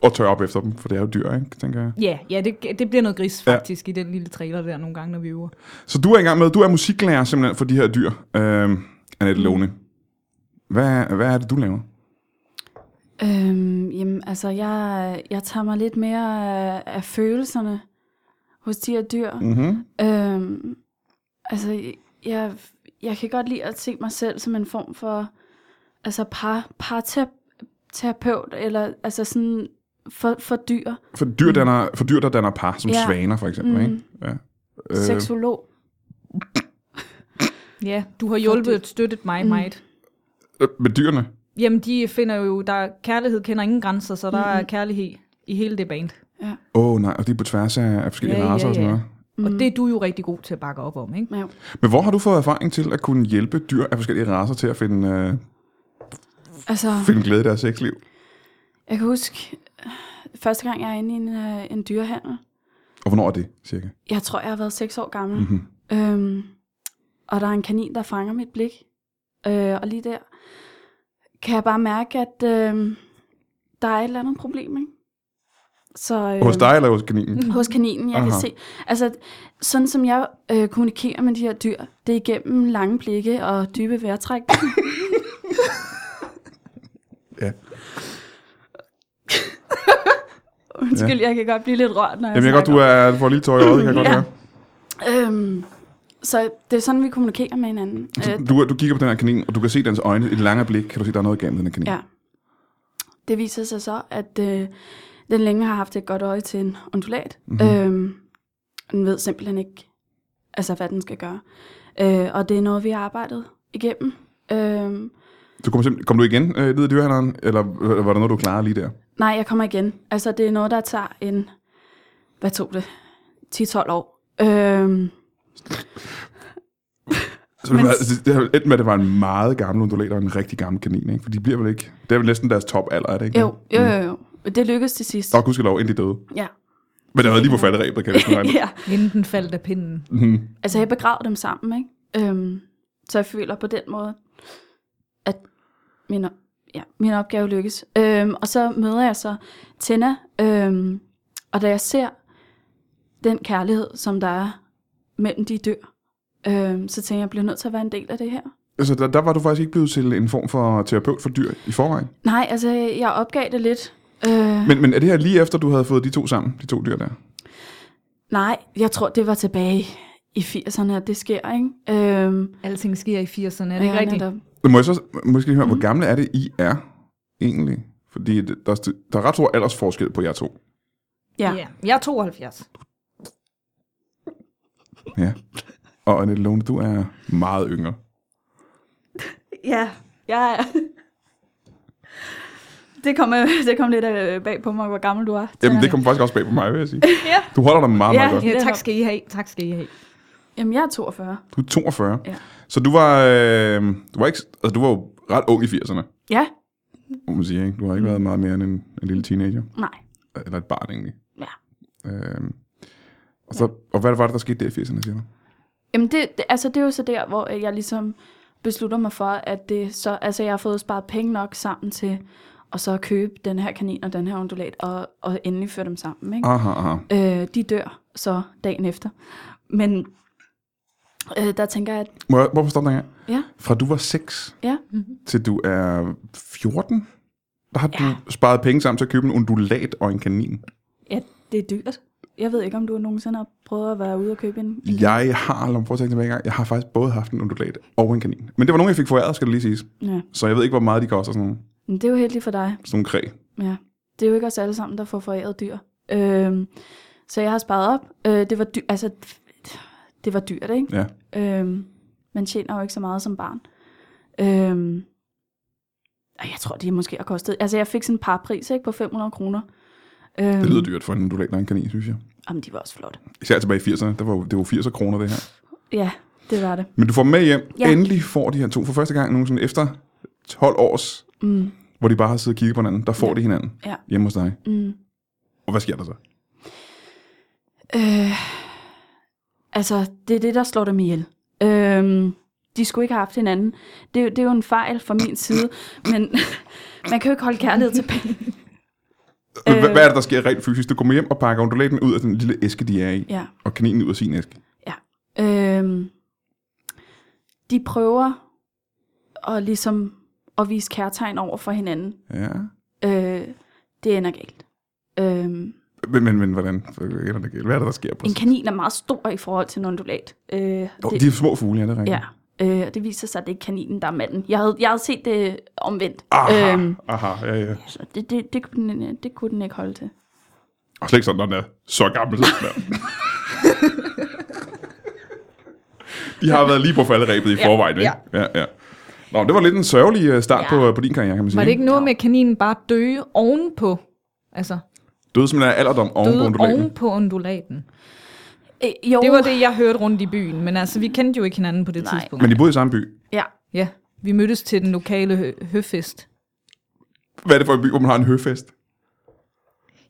Speaker 1: og tør op efter dem, for det er jo dyr, ikke, tænker jeg.
Speaker 2: Ja, ja det, det bliver noget gris
Speaker 1: Ja.
Speaker 2: faktisk ja. i den lille trailer der nogle gange, når vi øver.
Speaker 1: Så du er i gang med, du er musiklærer simpelthen for de her dyr, øh, Annette Lone. Hvad, hvad er det, du laver?
Speaker 3: Øhm, jamen, altså, jeg, jeg tager mig lidt mere af, af følelserne hos de her dyr.
Speaker 1: Mm-hmm.
Speaker 3: Øhm, altså, jeg, jeg kan godt lide at se mig selv som en form for altså par, parterapeut, eller altså sådan for, for dyr,
Speaker 1: For dyr, danner, for dyr, der danner par, som ja.
Speaker 3: Ja.
Speaker 1: svaner for eksempel,
Speaker 3: Mhm.
Speaker 1: ikke? Ja.
Speaker 3: øh. seksolog.
Speaker 2: Ja, du har hjulpet og støttet mig mm. meget.
Speaker 1: Øh, med dyrene.
Speaker 2: Jamen, de finder jo, der kærlighed kender ingen grænser, så der mm. er kærlighed i hele det band.
Speaker 1: Åh oh, nej, og det er på tværs af af forskellige
Speaker 2: Ja, ja,
Speaker 1: racer og sådan
Speaker 2: ja.
Speaker 1: noget.
Speaker 2: Mm. Og det er du jo rigtig god til at bakke op om, ikke?
Speaker 3: Ja.
Speaker 1: Men hvor har du fået erfaring til at kunne hjælpe dyr af forskellige racer til at finde, øh,
Speaker 3: Altså,
Speaker 1: finde glæde i deres sexliv?
Speaker 3: jeg kan huske, øh, første gang jeg er inde i en, øh, en dyrehandel,
Speaker 1: Og hvornår er det, cirka?
Speaker 3: jeg tror, jeg har været seks år gammel,
Speaker 1: Mm-hmm.
Speaker 3: Øhm, og der er en kanin, der fanger mit blik. Øh, og lige der kan jeg bare mærke, at øh, der er et eller andet problem, ikke? Så, øh,
Speaker 1: Hos dig eller hos kaninen?
Speaker 3: Hos kaninen, jeg Aha.
Speaker 1: Aha.
Speaker 3: kan se. Altså, sådan som jeg øh, kommunikerer med de her dyr, det er igennem lange blikke og dybe vejrtræk.
Speaker 1: Ja.
Speaker 3: Undskyld, ja. jeg kan godt blive lidt rørt, når
Speaker 1: Jamen, jeg kan
Speaker 3: jeg
Speaker 1: godt, du
Speaker 3: snakker.
Speaker 1: er, du får lige tøj i øjet, kan jeg godt
Speaker 3: Ja.
Speaker 1: høre.
Speaker 3: Øhm, så det er sådan, vi kommunikerer med hinanden. Øh,
Speaker 1: Du, du kigger på den her kanin, og du kan se dens øjne i et langt blik. Kan du se, der er noget igennem den her kanin?
Speaker 3: Ja. Det viser sig så, at øh, den længe har haft et godt øje til en undulat.
Speaker 1: Mhm.
Speaker 3: Mm-hmm. Øhm, den ved simpelthen ikke, altså hvad den skal gøre. Øh, og det er noget, vi har arbejdet igennem. Øhm,
Speaker 1: Du kom, simpelthen, kom du igen øh, ned i dyrehandleren, eller øh, var der noget, du klarede lige der?
Speaker 3: nej, jeg kommer igen. Altså det er noget, der tager en, hvad tog det, 10-12 år. Øhm,
Speaker 1: Så Altså, det,
Speaker 3: Men-
Speaker 1: var, det, det har endt med, at det var en meget gammel undulat og en rigtig gammel kanin, ikke? For de bliver vel ikke... Det er vel næsten deres top alder, er det ikke?
Speaker 3: jo, jo, jo, jo. Det lykkedes til sidst.
Speaker 1: Og gudskelov, inden de døde.
Speaker 3: Ja.
Speaker 1: Men der var lige på falderæbet, kan jeg næsten regne. ud.
Speaker 3: ja.
Speaker 2: Inden den faldt af pinden.
Speaker 1: Mhm.
Speaker 3: Altså, jeg begravede dem sammen, ikke? Øhm, så jeg føler på den måde, at min, op- ja, min opgave lykkes. Øhm, og så møder jeg så Tina, øhm, og da jeg ser den kærlighed, som der er mellem de dyr, øhm, så tænker jeg, jeg bliver nødt til at være en del af det her.
Speaker 1: Altså, der, der var du faktisk ikke blevet til en form for terapeut for dyr i forvejen.
Speaker 3: Nej, altså, jeg opgav det lidt. Øh,
Speaker 1: Men, men er det her lige efter, du havde fået de to sammen, de to dyr der?
Speaker 3: nej, jeg tror, det var tilbage i 80'erne, at det sker, ikke? Øhm,
Speaker 2: Alting sker i 80'erne, er det ikke rigtigt?
Speaker 3: netop.
Speaker 1: Men må jeg så måske lige høre, mm. hvor gamle er det, I er egentlig? Fordi det- der, er st- der er ret stor aldersforskel på jer to.
Speaker 3: Ja.
Speaker 2: Ja. Jeg er 72.
Speaker 1: Ja. Og Annette Lone, du er meget yngre.
Speaker 3: Ja, jeg er... Det kom, øh, det kom lidt øh, bag på mig, hvor gammel du er.
Speaker 1: Jamen, det kom faktisk også bag på mig, vil jeg sige.
Speaker 2: Ja.
Speaker 1: Du holder dig meget, meget
Speaker 3: Ja.
Speaker 1: godt.
Speaker 2: Ja, tak
Speaker 3: Netop.
Speaker 2: skal I have. Tak skal I have.
Speaker 3: Jamen, jeg er 42.
Speaker 1: Du er 42.
Speaker 3: Ja.
Speaker 1: Så du var, øh, du var ikke, altså, du var jo ret ung i 80'erne,
Speaker 3: Ja?
Speaker 1: må man sige. Ikke? Du har ikke været meget mere end en, en lille teenager.
Speaker 3: Nej.
Speaker 1: Eller et barn, egentlig.
Speaker 3: Ja.
Speaker 1: Øh, og, så, og hvad var det, der skete der i 80'erne, siger du?
Speaker 3: Jamen, det, det, altså, det er jo så der, hvor øh, jeg ligesom beslutter mig for, at det så... Altså, jeg har fået sparet penge nok sammen til og så at købe den her kanin og den her undulat, og, og endelig føre dem sammen, ikke?
Speaker 1: Aha, aha.
Speaker 3: Øh, de dør så dagen efter. Men øh, der tænker jeg, at
Speaker 1: Må jeg, hvorfor stoppe dig her?
Speaker 3: ja,
Speaker 1: Fra du var 6
Speaker 3: ja,
Speaker 1: til du er 14, der har ja. du sparet penge sammen til at købe en undulat og en kanin.
Speaker 3: ja, det er dyrt. Jeg ved ikke, om du nogensinde har prøvet at være ude og købe en, en
Speaker 1: Jeg har, lad mig prøve at tænke tilbage engang, jeg har faktisk både haft en undulat og en kanin. Men det var nogen, jeg fik foræret, skal det lige siges.
Speaker 3: Ja,
Speaker 1: Så jeg ved ikke, hvor meget de koster, sådan nogle,
Speaker 3: men det er jo heldigt for dig.
Speaker 1: sådan nogle kræ.
Speaker 3: Ja. Det er jo ikke os alle sammen, der får foræret dyr. Øhm, så jeg har sparet op. Øh, det, var dy- altså, det var dyrt, ikke?
Speaker 1: Ja.
Speaker 3: Øhm, man tjener jo ikke så meget som barn. Øhm, og jeg tror, det måske har kostet... Altså, jeg fik sådan en par pris, ikke? På 500 kroner. Øhm,
Speaker 1: Det lyder dyrt for en undulat og en kanin, synes jeg.
Speaker 3: Jamen, de var også flotte.
Speaker 1: Især tilbage i 80'erne, der var, jo- det var 80 kroner det her.
Speaker 3: Ja, det var det.
Speaker 1: Men du får dem med hjem. Ja.
Speaker 3: Ja.
Speaker 1: Endelig får de her to for første gang nogensinde efter 12 års,
Speaker 3: Mm,
Speaker 1: hvor de bare har siddet og kigget på hinanden. Der får ja.
Speaker 3: Ja.
Speaker 1: de hinanden
Speaker 3: Ja.
Speaker 1: hjemme hos dig.
Speaker 3: mm.
Speaker 1: Og hvad sker der så?
Speaker 3: Øh, altså, det er det, der slår dem ihjel. Øh, de skulle ikke have haft hinanden. Det, er jo- det er jo en fejl fra min side, men man kan jo ikke holde kærlighed tilbage.
Speaker 1: Øh.
Speaker 3: Øh.
Speaker 1: Hvad er det, der sker rent fysisk? Du kommer hjem og pakker undulaten ud af den lille æske, de er i.
Speaker 3: Ja.
Speaker 1: Og kaninen ud af sin æske.
Speaker 3: Øhm, de prøver at, ligesom, at vise kærtegn over for hinanden.
Speaker 1: Ja.
Speaker 3: Øh, det ender galt. Øhm,
Speaker 1: Men, men, men hvordan? Hvad er det, der- hvad er det, der sker? På
Speaker 3: en kanin er meget stor i forhold til en undulat. Øh,
Speaker 1: Jo, de er små fugle, ja, det er rigtigt.
Speaker 3: ja, øh, og det viser sig, at det ikke er kaninen, der er manden. Jeg havde, jeg havde set det omvendt.
Speaker 1: Aha, øhm. aha, ja, ja.
Speaker 3: så Altså, det, det, det, kunne den, øh, det kunne den ikke holde til.
Speaker 1: Og slet ikke sådan, når den er så gammel. som den er. De har været lige på falderæbet i forvejen, ikke? Ja, ja. Nå, det var lidt en sørgelig øh, start ja.
Speaker 3: Ja.
Speaker 1: på, på din karriere, kan man sige.
Speaker 2: Var det ikke noget med, at kaninen bare døde ovenpå? Altså,
Speaker 1: Døde simpelthen af alderdom oven på
Speaker 2: døde
Speaker 1: undulaten.
Speaker 2: ovenpå undulaten.
Speaker 3: Øh, jo,
Speaker 2: Det var det, jeg hørte rundt i byen, men altså, vi kendte jo ikke hinanden på det
Speaker 3: Nej.
Speaker 2: tidspunkt.
Speaker 1: Men de boede i samme by.
Speaker 3: Ja,
Speaker 2: Ja, vi mødtes til den lokale hø- høfest.
Speaker 1: Hvad er det for en by, hvor man har en høfest? Bo-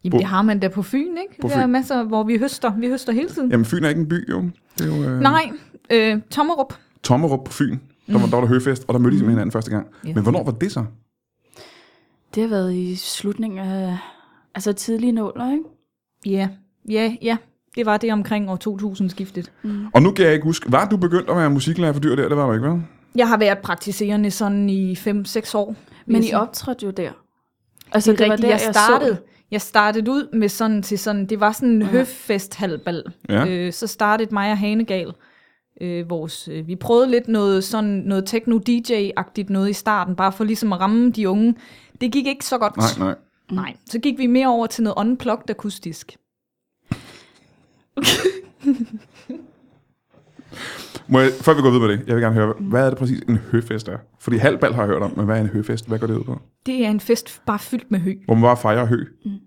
Speaker 2: Jamen, det har man da på Fyn, ikke?
Speaker 1: På
Speaker 2: Der er
Speaker 1: Fyn.
Speaker 2: masser, hvor vi høster. Vi høster hele tiden.
Speaker 1: Jamen, Fyn er ikke en by, jo. Det er jo øh,
Speaker 2: Nej, øh, Tommerup.
Speaker 1: Tommerup på Fyn. Der var, der var der høfest, og der mødte de simpelthen hinanden første gang.
Speaker 2: Ja.
Speaker 1: Men hvornår var det så?
Speaker 3: det har været i slutningen af... Altså tidlige nåler, ikke?
Speaker 2: Ja, ja, ja. Det var det omkring år 2000-skiftet.
Speaker 1: Og nu kan jeg ikke huske, var du begyndt at være musiklærer for dyr der? Det var du ikke, vel?
Speaker 2: Jeg har været praktiserende sådan i 5-6 år. vil jeg
Speaker 3: Men I
Speaker 2: sige.
Speaker 3: optrådte jo der. Ligesom. Altså, det,
Speaker 2: det er rigtigt.
Speaker 3: var
Speaker 2: Jeg
Speaker 3: der,
Speaker 2: startede,
Speaker 3: Jeg så.
Speaker 2: jeg startede ud med sådan til sådan, det var sådan en høffesthalbal.
Speaker 1: Ja.
Speaker 2: Øh, så startede mig og Hanegal. Øh, vores, øh, vi prøvede lidt noget, sådan noget techno-DJ-agtigt noget i starten, bare for ligesom at ramme de unge. Det gik ikke så godt.
Speaker 1: Nej, nej.
Speaker 2: nej. Så gik vi mere over til noget unplugged akustisk.
Speaker 1: Må jeg, før vi går videre med det, jeg vil gerne høre, hvad er det præcis en høfest er? Fordi halvbal har jeg hørt om, men hvad er en høfest? Hvad går det ud på?
Speaker 2: Det er en fest bare fyldt med hø.
Speaker 1: Hvor man bare fejrer hø.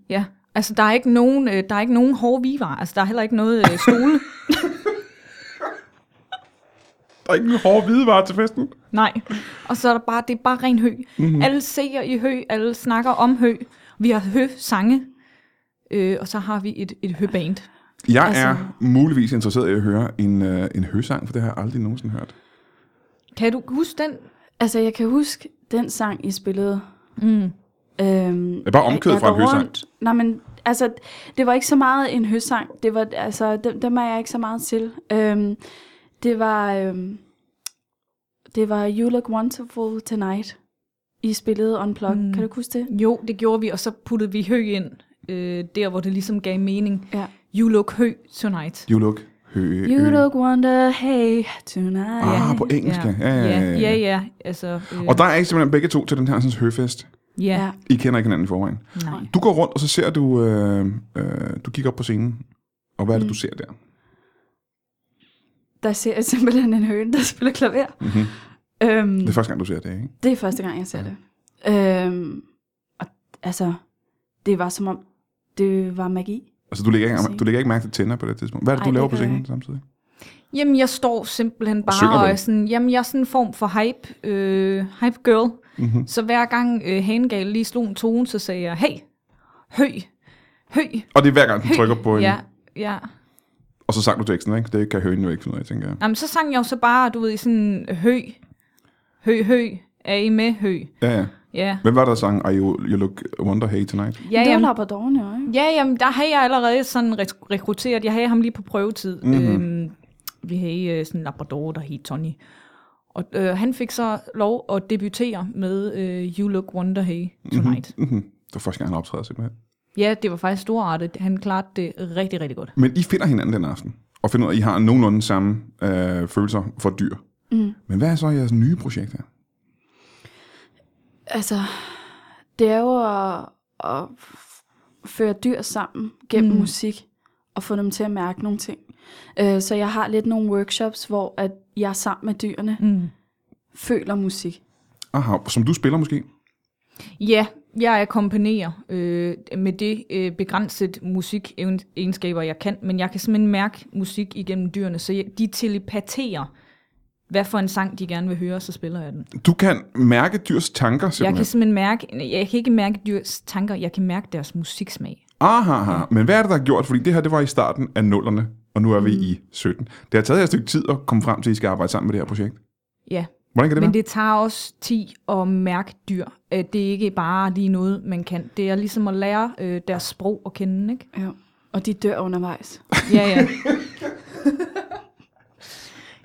Speaker 2: Ja. Altså, der er ikke nogen, øh, der er ikke nogen hårde vivar. Altså, der er heller ikke noget øh, stole.
Speaker 1: Der er ikke nogen hårde hvidevarer til festen.
Speaker 2: Nej. Og så er der bare, det er bare ren hø.
Speaker 1: Mhm.
Speaker 2: Mm-hmm. Alle ser i hø, alle snakker om hø. Vi har hø-sange, øh, og så har vi et, et høband.
Speaker 1: Jeg altså...
Speaker 3: Altså-
Speaker 1: er muligvis interesseret i at høre en, øh, en høsang, for det har jeg aldrig nogensinde hørt.
Speaker 2: Kan du huske den?
Speaker 3: Altså, jeg kan huske den sang, I spillede.
Speaker 2: Mm.
Speaker 3: Øhm,
Speaker 1: er bare omkødet
Speaker 3: jeg
Speaker 1: fra en
Speaker 3: går
Speaker 1: høsang.
Speaker 3: rundt. Nej, men altså, det var ikke så meget en høsang. Det var, altså, dem, dem er jeg ikke så meget til. Øhm, det var, øhm, det var You Look Wonderful Tonight. I spillede Unplugged.
Speaker 2: Mm.
Speaker 3: Mm. Kan du huske det?
Speaker 2: Jo, det gjorde vi, og så puttede vi hø ind, øh, der hvor det ligesom gav mening.
Speaker 3: Ja.
Speaker 2: You look hø tonight.
Speaker 1: You look hø.
Speaker 3: You
Speaker 1: ø.
Speaker 3: look wonder, hey, tonight.
Speaker 1: Øh. Ah, på engelsk, ja. Ja, ja, ja, ja.
Speaker 2: ja, ja. Altså, øh,
Speaker 1: Og der er I simpelthen begge to til den her sådan, høfest.
Speaker 2: ja.
Speaker 3: Ja.
Speaker 1: I kender ikke hinanden i forvejen.
Speaker 2: Nej.
Speaker 1: Du går rundt, og så ser du, øh, øh, du kigger op på scenen. Og hvad er det, mm. du ser der?
Speaker 3: Der ser jeg simpelthen en høne, der spiller klaver.
Speaker 1: Mm-hmm.
Speaker 3: Øhm,
Speaker 1: Det er første gang, du ser det, ikke?
Speaker 3: Det er første gang, jeg ser det. Øhm, og altså, det var som om, det var magi.
Speaker 1: Altså, du lægger ikke, du lægger ikke mærke til tænder på det tidspunkt. Hvad er det, du
Speaker 3: Nej, det
Speaker 1: laver på
Speaker 3: gør jeg
Speaker 1: scenen
Speaker 3: ikke.
Speaker 1: samtidig?
Speaker 2: Jamen, jeg står simpelthen
Speaker 1: synger
Speaker 2: bare og
Speaker 1: vel?
Speaker 2: er sådan, jamen, jeg er sådan en form for hype, øh, hype girl.
Speaker 1: Mhm.
Speaker 2: Mm-hmm. Så hver gang øh, Hanegal lige slog en tone, så sagde jeg, hey, høj, høj,
Speaker 1: Og det er hver gang, du trykker på en...
Speaker 2: ja, ja.
Speaker 1: Og så sang du teksten, ikke? Det kan højen jo ikke finde ud af, tænker jeg.
Speaker 2: Jamen, så sang jeg jo så bare, du ved, i sådan, høj, høj, høj, er I med, høj?
Speaker 1: Ja, ja.
Speaker 2: Ja,
Speaker 1: Hvem var der, der sang I You, you Look Wonder Hey Tonight?
Speaker 2: ja
Speaker 3: det var
Speaker 2: jamen,
Speaker 3: Labradoren jo, ikke?
Speaker 2: ja, jamen, der havde jeg allerede sådan re- rekrutteret, jeg havde ham lige på prøvetid.
Speaker 1: Mhm.
Speaker 2: Mm-hmm. Øhm, vi havde øh, sådan en labrador, der hed Tony. Og øh, han fik så lov at debutere med øh, You Look Wonder Hey Tonight. Mm-hmm.
Speaker 1: Mm-hmm. Det var første gang, han optræder simpelthen.
Speaker 2: Ja, det var faktisk storartet. Han klarede det rigtig, rigtig godt.
Speaker 1: Men I finder hinanden den aften, og finder ud af, at I har nogenlunde samme øh, følelser for dyr.
Speaker 3: Mm.
Speaker 1: Men hvad er så jeres nye projekt her?
Speaker 3: Altså, det er jo at, at f- føre dyr sammen gennem
Speaker 2: Mm.
Speaker 3: mm. musik og få dem til at mærke nogle ting. Øh, så jeg har lidt nogle workshops, hvor at jeg sammen med dyrene
Speaker 2: Mm.
Speaker 3: føler musik.
Speaker 1: Aha, som du spiller måske?
Speaker 2: Ja, jeg akkompagnerer øh, med det øh, begrænset musikegenskaber, jeg kan, men jeg kan simpelthen mærke musik igennem dyrene, så jeg, de telepaterer hvad for en sang de gerne vil høre, så spiller jeg den.
Speaker 1: Du kan mærke dyrs tanker,
Speaker 2: Jeg
Speaker 1: simpelthen.
Speaker 2: kan simpelthen mærke, jeg kan ikke mærke dyrs tanker, jeg kan mærke deres musiksmag.
Speaker 1: Aha, aha. Men hvad er det, der har gjort? Fordi det her, det var i starten af nullerne, og nu er
Speaker 2: Mm.
Speaker 1: vi i 17. Det har taget jer et stykke tid at komme frem til, at I skal arbejde sammen med det her projekt.
Speaker 2: Ja,
Speaker 1: Hvordan kan det
Speaker 2: men
Speaker 1: være?
Speaker 2: det tager også tid at mærke dyr. Øh, Det er ikke bare lige noget, man kan. Det er ligesom at lære øh, deres sprog at kende, ikke?
Speaker 3: Ja. Og de dør undervejs.
Speaker 2: Ja, ja.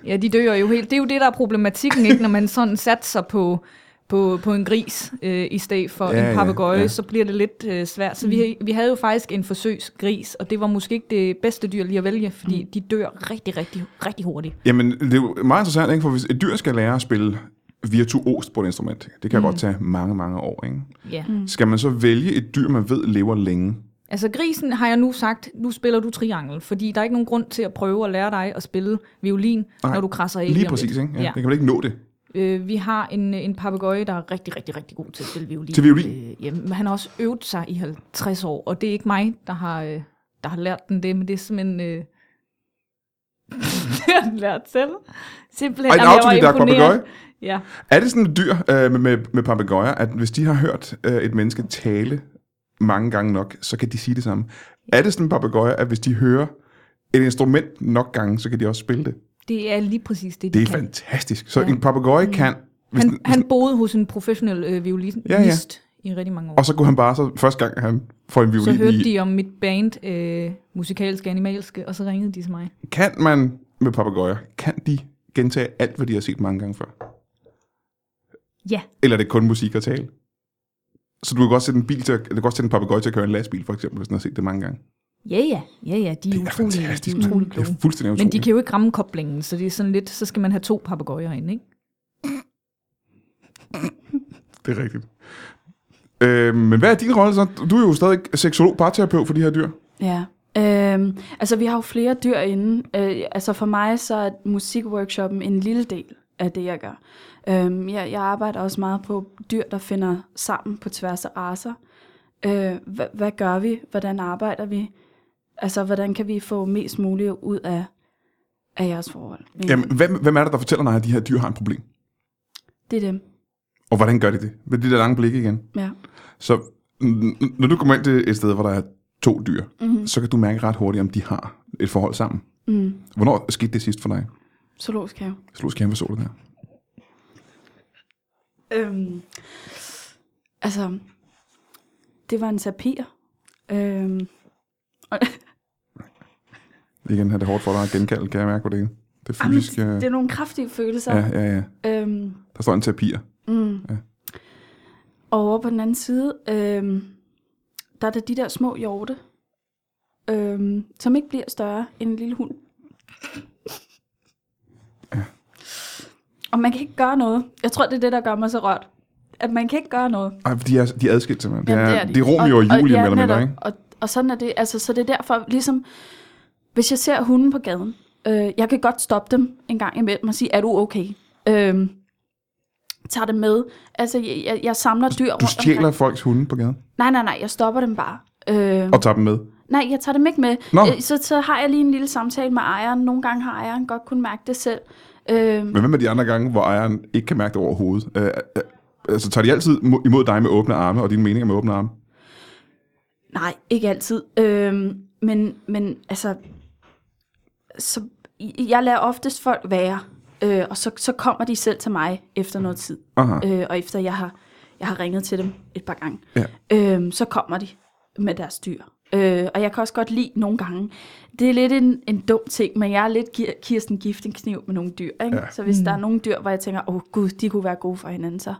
Speaker 2: Ja, de dør jo helt. Det er jo det, der er problematikken, ikke? Når man sådan satser på, på, på en gris øh, i stedet for
Speaker 1: Ja,
Speaker 2: ja,
Speaker 1: ja,
Speaker 2: en papegøje,
Speaker 1: ja.
Speaker 2: ja. så bliver det lidt øh, svært. Så mm. vi, vi havde jo faktisk en forsøgsgris, og det var måske ikke det bedste dyr lige at vælge, fordi mm. de dør rigtig, rigtig, rigtig hurtigt.
Speaker 1: Jamen, det er jo meget interessant, ikke? for hvis et dyr skal lære at spille virtuost på et instrument, det kan mm. godt tage mange, mange år. Ikke?
Speaker 2: Ja.
Speaker 1: Mm. Skal man så vælge et dyr, man ved lever længe?
Speaker 2: Altså grisen har jeg nu sagt, nu spiller du triangel, fordi der er ikke nogen grund til at prøve at lære dig at spille violin,
Speaker 1: Nej,
Speaker 2: Nej, når du krasser af.
Speaker 1: Lige
Speaker 2: om
Speaker 1: præcis,
Speaker 2: lidt.
Speaker 1: ikke? Ja,
Speaker 2: Ja.
Speaker 1: Det kan man ikke nå det.
Speaker 2: Øh, vi har en, en papegøje, der er rigtig, rigtig, rigtig god til at spille violin.
Speaker 1: Til violin?
Speaker 2: Øh, jamen, men han har også øvet sig i 50 år, og det er ikke mig, der har, øh, der har lært den det, men det er simpelthen... Øh, det har den lært selv. Simpelthen.
Speaker 1: Ej, en
Speaker 2: Jamen, jeg var
Speaker 1: autodidakt
Speaker 2: imponeret.
Speaker 1: papegøje?
Speaker 2: Ja.
Speaker 1: Er det sådan et dyr øh, med, med, med papegøjer, at hvis de har hørt øh, et menneske tale mange gange nok, så kan de sige det samme? Er det sådan en papegøje, at hvis de hører et instrument nok gange, så kan de også spille det?
Speaker 2: Det er lige præcis det, de
Speaker 1: Det er
Speaker 2: kan.
Speaker 1: fantastisk. Så ja. en papegøje kan... Hvis den,
Speaker 2: Han, han boede hos en professionel øh, violinist
Speaker 1: Ja,
Speaker 2: ja,
Speaker 1: ja.
Speaker 2: ja. i rigtig mange år.
Speaker 1: og så kunne han bare så første gang, han får en
Speaker 2: Så
Speaker 1: violin
Speaker 2: hørte
Speaker 1: i...
Speaker 2: de om mit band, øh, musikalske, animalske, og så ringede de til mig.
Speaker 1: Kan man med papegøjer, kan de gentage alt, hvad de har set mange gange før?
Speaker 2: Ja,
Speaker 1: Eller er det kun musik og tale? Så du kan godt sætte en bil til at, du kan godt sætte en papegøje til at køre en lastbil, for eksempel, hvis den har set det mange gange.
Speaker 2: ja, ja, ja, ja, de er,
Speaker 1: Det er
Speaker 2: utrolig,
Speaker 1: fantastisk.
Speaker 2: de er utrolig
Speaker 1: mand. Det
Speaker 2: kloge.
Speaker 1: er fuldstændig
Speaker 2: Men de
Speaker 1: utroligt.
Speaker 2: kan jo ikke ramme koblingen, så det er sådan lidt, så skal man have to papegøjer ind, ikke?
Speaker 1: Det er rigtigt. Øh, men hvad er din rolle så? Du er jo stadig seksolog, parterapeut for de her dyr.
Speaker 3: Ja. Øhm, altså, vi har jo flere dyr inde. Øh, altså, for mig så er musikworkshoppen en lille del af det, jeg gør. Øhm, jeg, jeg arbejder også meget på dyr, der finder sammen på tværs af raser. Øh, hvad, hvad gør vi? Hvordan arbejder vi? Altså, hvordan kan vi få mest muligt ud af, af jeres forhold?
Speaker 1: Jamen, hvem, hvem er det, der fortæller dig, at de her dyr har et problem?
Speaker 3: Det er dem,
Speaker 1: Og hvordan gør de det? Med det der lange blik igen.
Speaker 3: ja.
Speaker 1: Så n- n- når du kommer ind til et sted, hvor der er to dyr, mm. så kan du mærke ret hurtigt, om de har et forhold sammen.
Speaker 3: Mm.
Speaker 1: Hvornår skete det sidst for dig?
Speaker 3: Zoologisk have.
Speaker 1: Slå skærmen, hvad så du der?
Speaker 3: Øhm, altså, det var en tapir. Øhm,
Speaker 1: Igen her, det er hårdt for dig at genkalde, kan jeg mærke på det. hele. Det er
Speaker 3: Jamen,
Speaker 1: fysisk... øh,
Speaker 3: det er nogle kraftige følelser.
Speaker 1: Ja, ja, ja.
Speaker 3: Øhm,
Speaker 1: Der står en tapir.
Speaker 3: mm.
Speaker 1: Ja.
Speaker 3: ja. Og over på den anden side, øhm, der er der de der små hjorte, øhm, som ikke bliver større end en lille hund. Og man kan ikke gøre noget. Jeg tror, det er det, der gør mig så rørt. At man kan ikke gøre noget.
Speaker 1: Ej, de er, de er adskilt simpelthen. Det er,
Speaker 3: Jamen,
Speaker 1: det er, de. det er Romeo og, og Julie, mere eller mindre, ikke?
Speaker 3: Og, og sådan er det. Altså, så det er derfor, ligesom, hvis jeg ser hunden på gaden, øh, jeg kan godt stoppe dem en gang imellem og sige, er du okay? Øh, tager dem med. Altså, jeg, jeg, jeg samler dyr
Speaker 1: Du
Speaker 3: rundt
Speaker 1: stjæler
Speaker 3: omkring.
Speaker 1: folks hunde på gaden
Speaker 3: Nej, nej, nej, jeg stopper dem bare. Øh,
Speaker 1: og tager dem med.
Speaker 3: Nej, jeg tager dem ikke med.
Speaker 1: Nå.
Speaker 3: Øh, så, så har jeg lige en lille samtale med ejeren. Nogle gange har ejeren godt kunne mærke det selv. Øh,
Speaker 1: Men hvad med de andre gange, hvor ejeren ikke kan mærke det overhovedet? Øh, øh, altså, tager de altid mo- imod dig med åbne arme, og dine meninger med åbne arme?
Speaker 3: Nej, ikke altid. Øhm, men, men altså, så, jeg lader oftest folk være, øh, og så, så kommer de selv til mig efter noget tid.
Speaker 1: Aha.
Speaker 3: Øh, og efter jeg har, jeg har ringet til dem et par gange,
Speaker 1: Ja.
Speaker 3: øhm, så kommer de med deres dyr. Øh, og jeg kan også godt lide nogle gange, det er lidt en, en dum ting, men jeg er lidt Ki- Kirsten gift en kniv med nogle dyr. Ikke?
Speaker 1: Ja.
Speaker 3: Ja. Så hvis der er nogle dyr, hvor jeg tænker, åh oh, gud, de kunne være gode for hinanden, så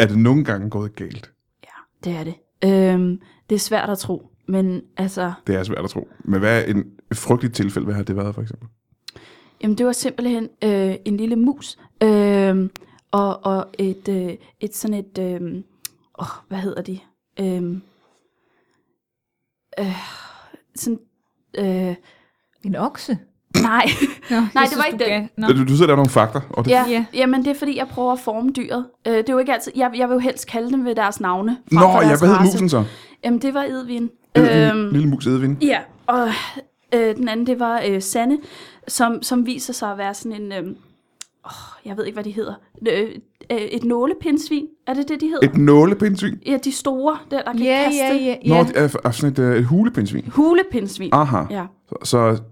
Speaker 1: Er det nogle gange gået galt?
Speaker 3: ja, det er det. Øhm, det er svært at tro, men altså...
Speaker 1: Det er svært at tro. Men hvad er en frygtelig tilfælde, hvad har det været, for eksempel?
Speaker 3: Jamen, det var simpelthen øh, en lille mus, øh, og, og et, øh, et sådan et, øh, åh, hvad hedder de? Øh, øh, sådan, øh,
Speaker 2: En okse?
Speaker 3: nej,
Speaker 2: Nå,
Speaker 3: Nej, det var ikke den.
Speaker 2: Nå.
Speaker 1: Du, du sidder der nogle fakta, og det,
Speaker 3: ja,
Speaker 2: Ja.
Speaker 3: jamen det er fordi, jeg prøver at forme dyret. Øh, det er jo ikke altid, jeg, jeg vil jo helst kalde dem ved deres navne.
Speaker 1: Nå,
Speaker 3: frem for
Speaker 1: ja,
Speaker 3: deres
Speaker 1: hvad hed
Speaker 3: race.
Speaker 1: musen så?
Speaker 3: Jamen, det var Edvin. Øh,
Speaker 1: Edvin, lille mus Edvin.
Speaker 3: Øhm. Ja, og øh, den anden, det var øh, Sanne, som, som viser sig at være sådan en, øh, oh, jeg ved ikke, hvad de hedder. Øh, øh, et nålepindsvin, er det det, de hedder?
Speaker 1: Et nålepindsvin?
Speaker 3: Ja, de store, der, der kan
Speaker 4: Ja,
Speaker 3: kaste.
Speaker 4: ja, ja,
Speaker 1: Nå,
Speaker 4: ja.
Speaker 1: det er, er sådan et, øh, et hulepindsvin.
Speaker 3: Hulepindsvin.
Speaker 1: Aha.
Speaker 3: Ja,
Speaker 1: Så, så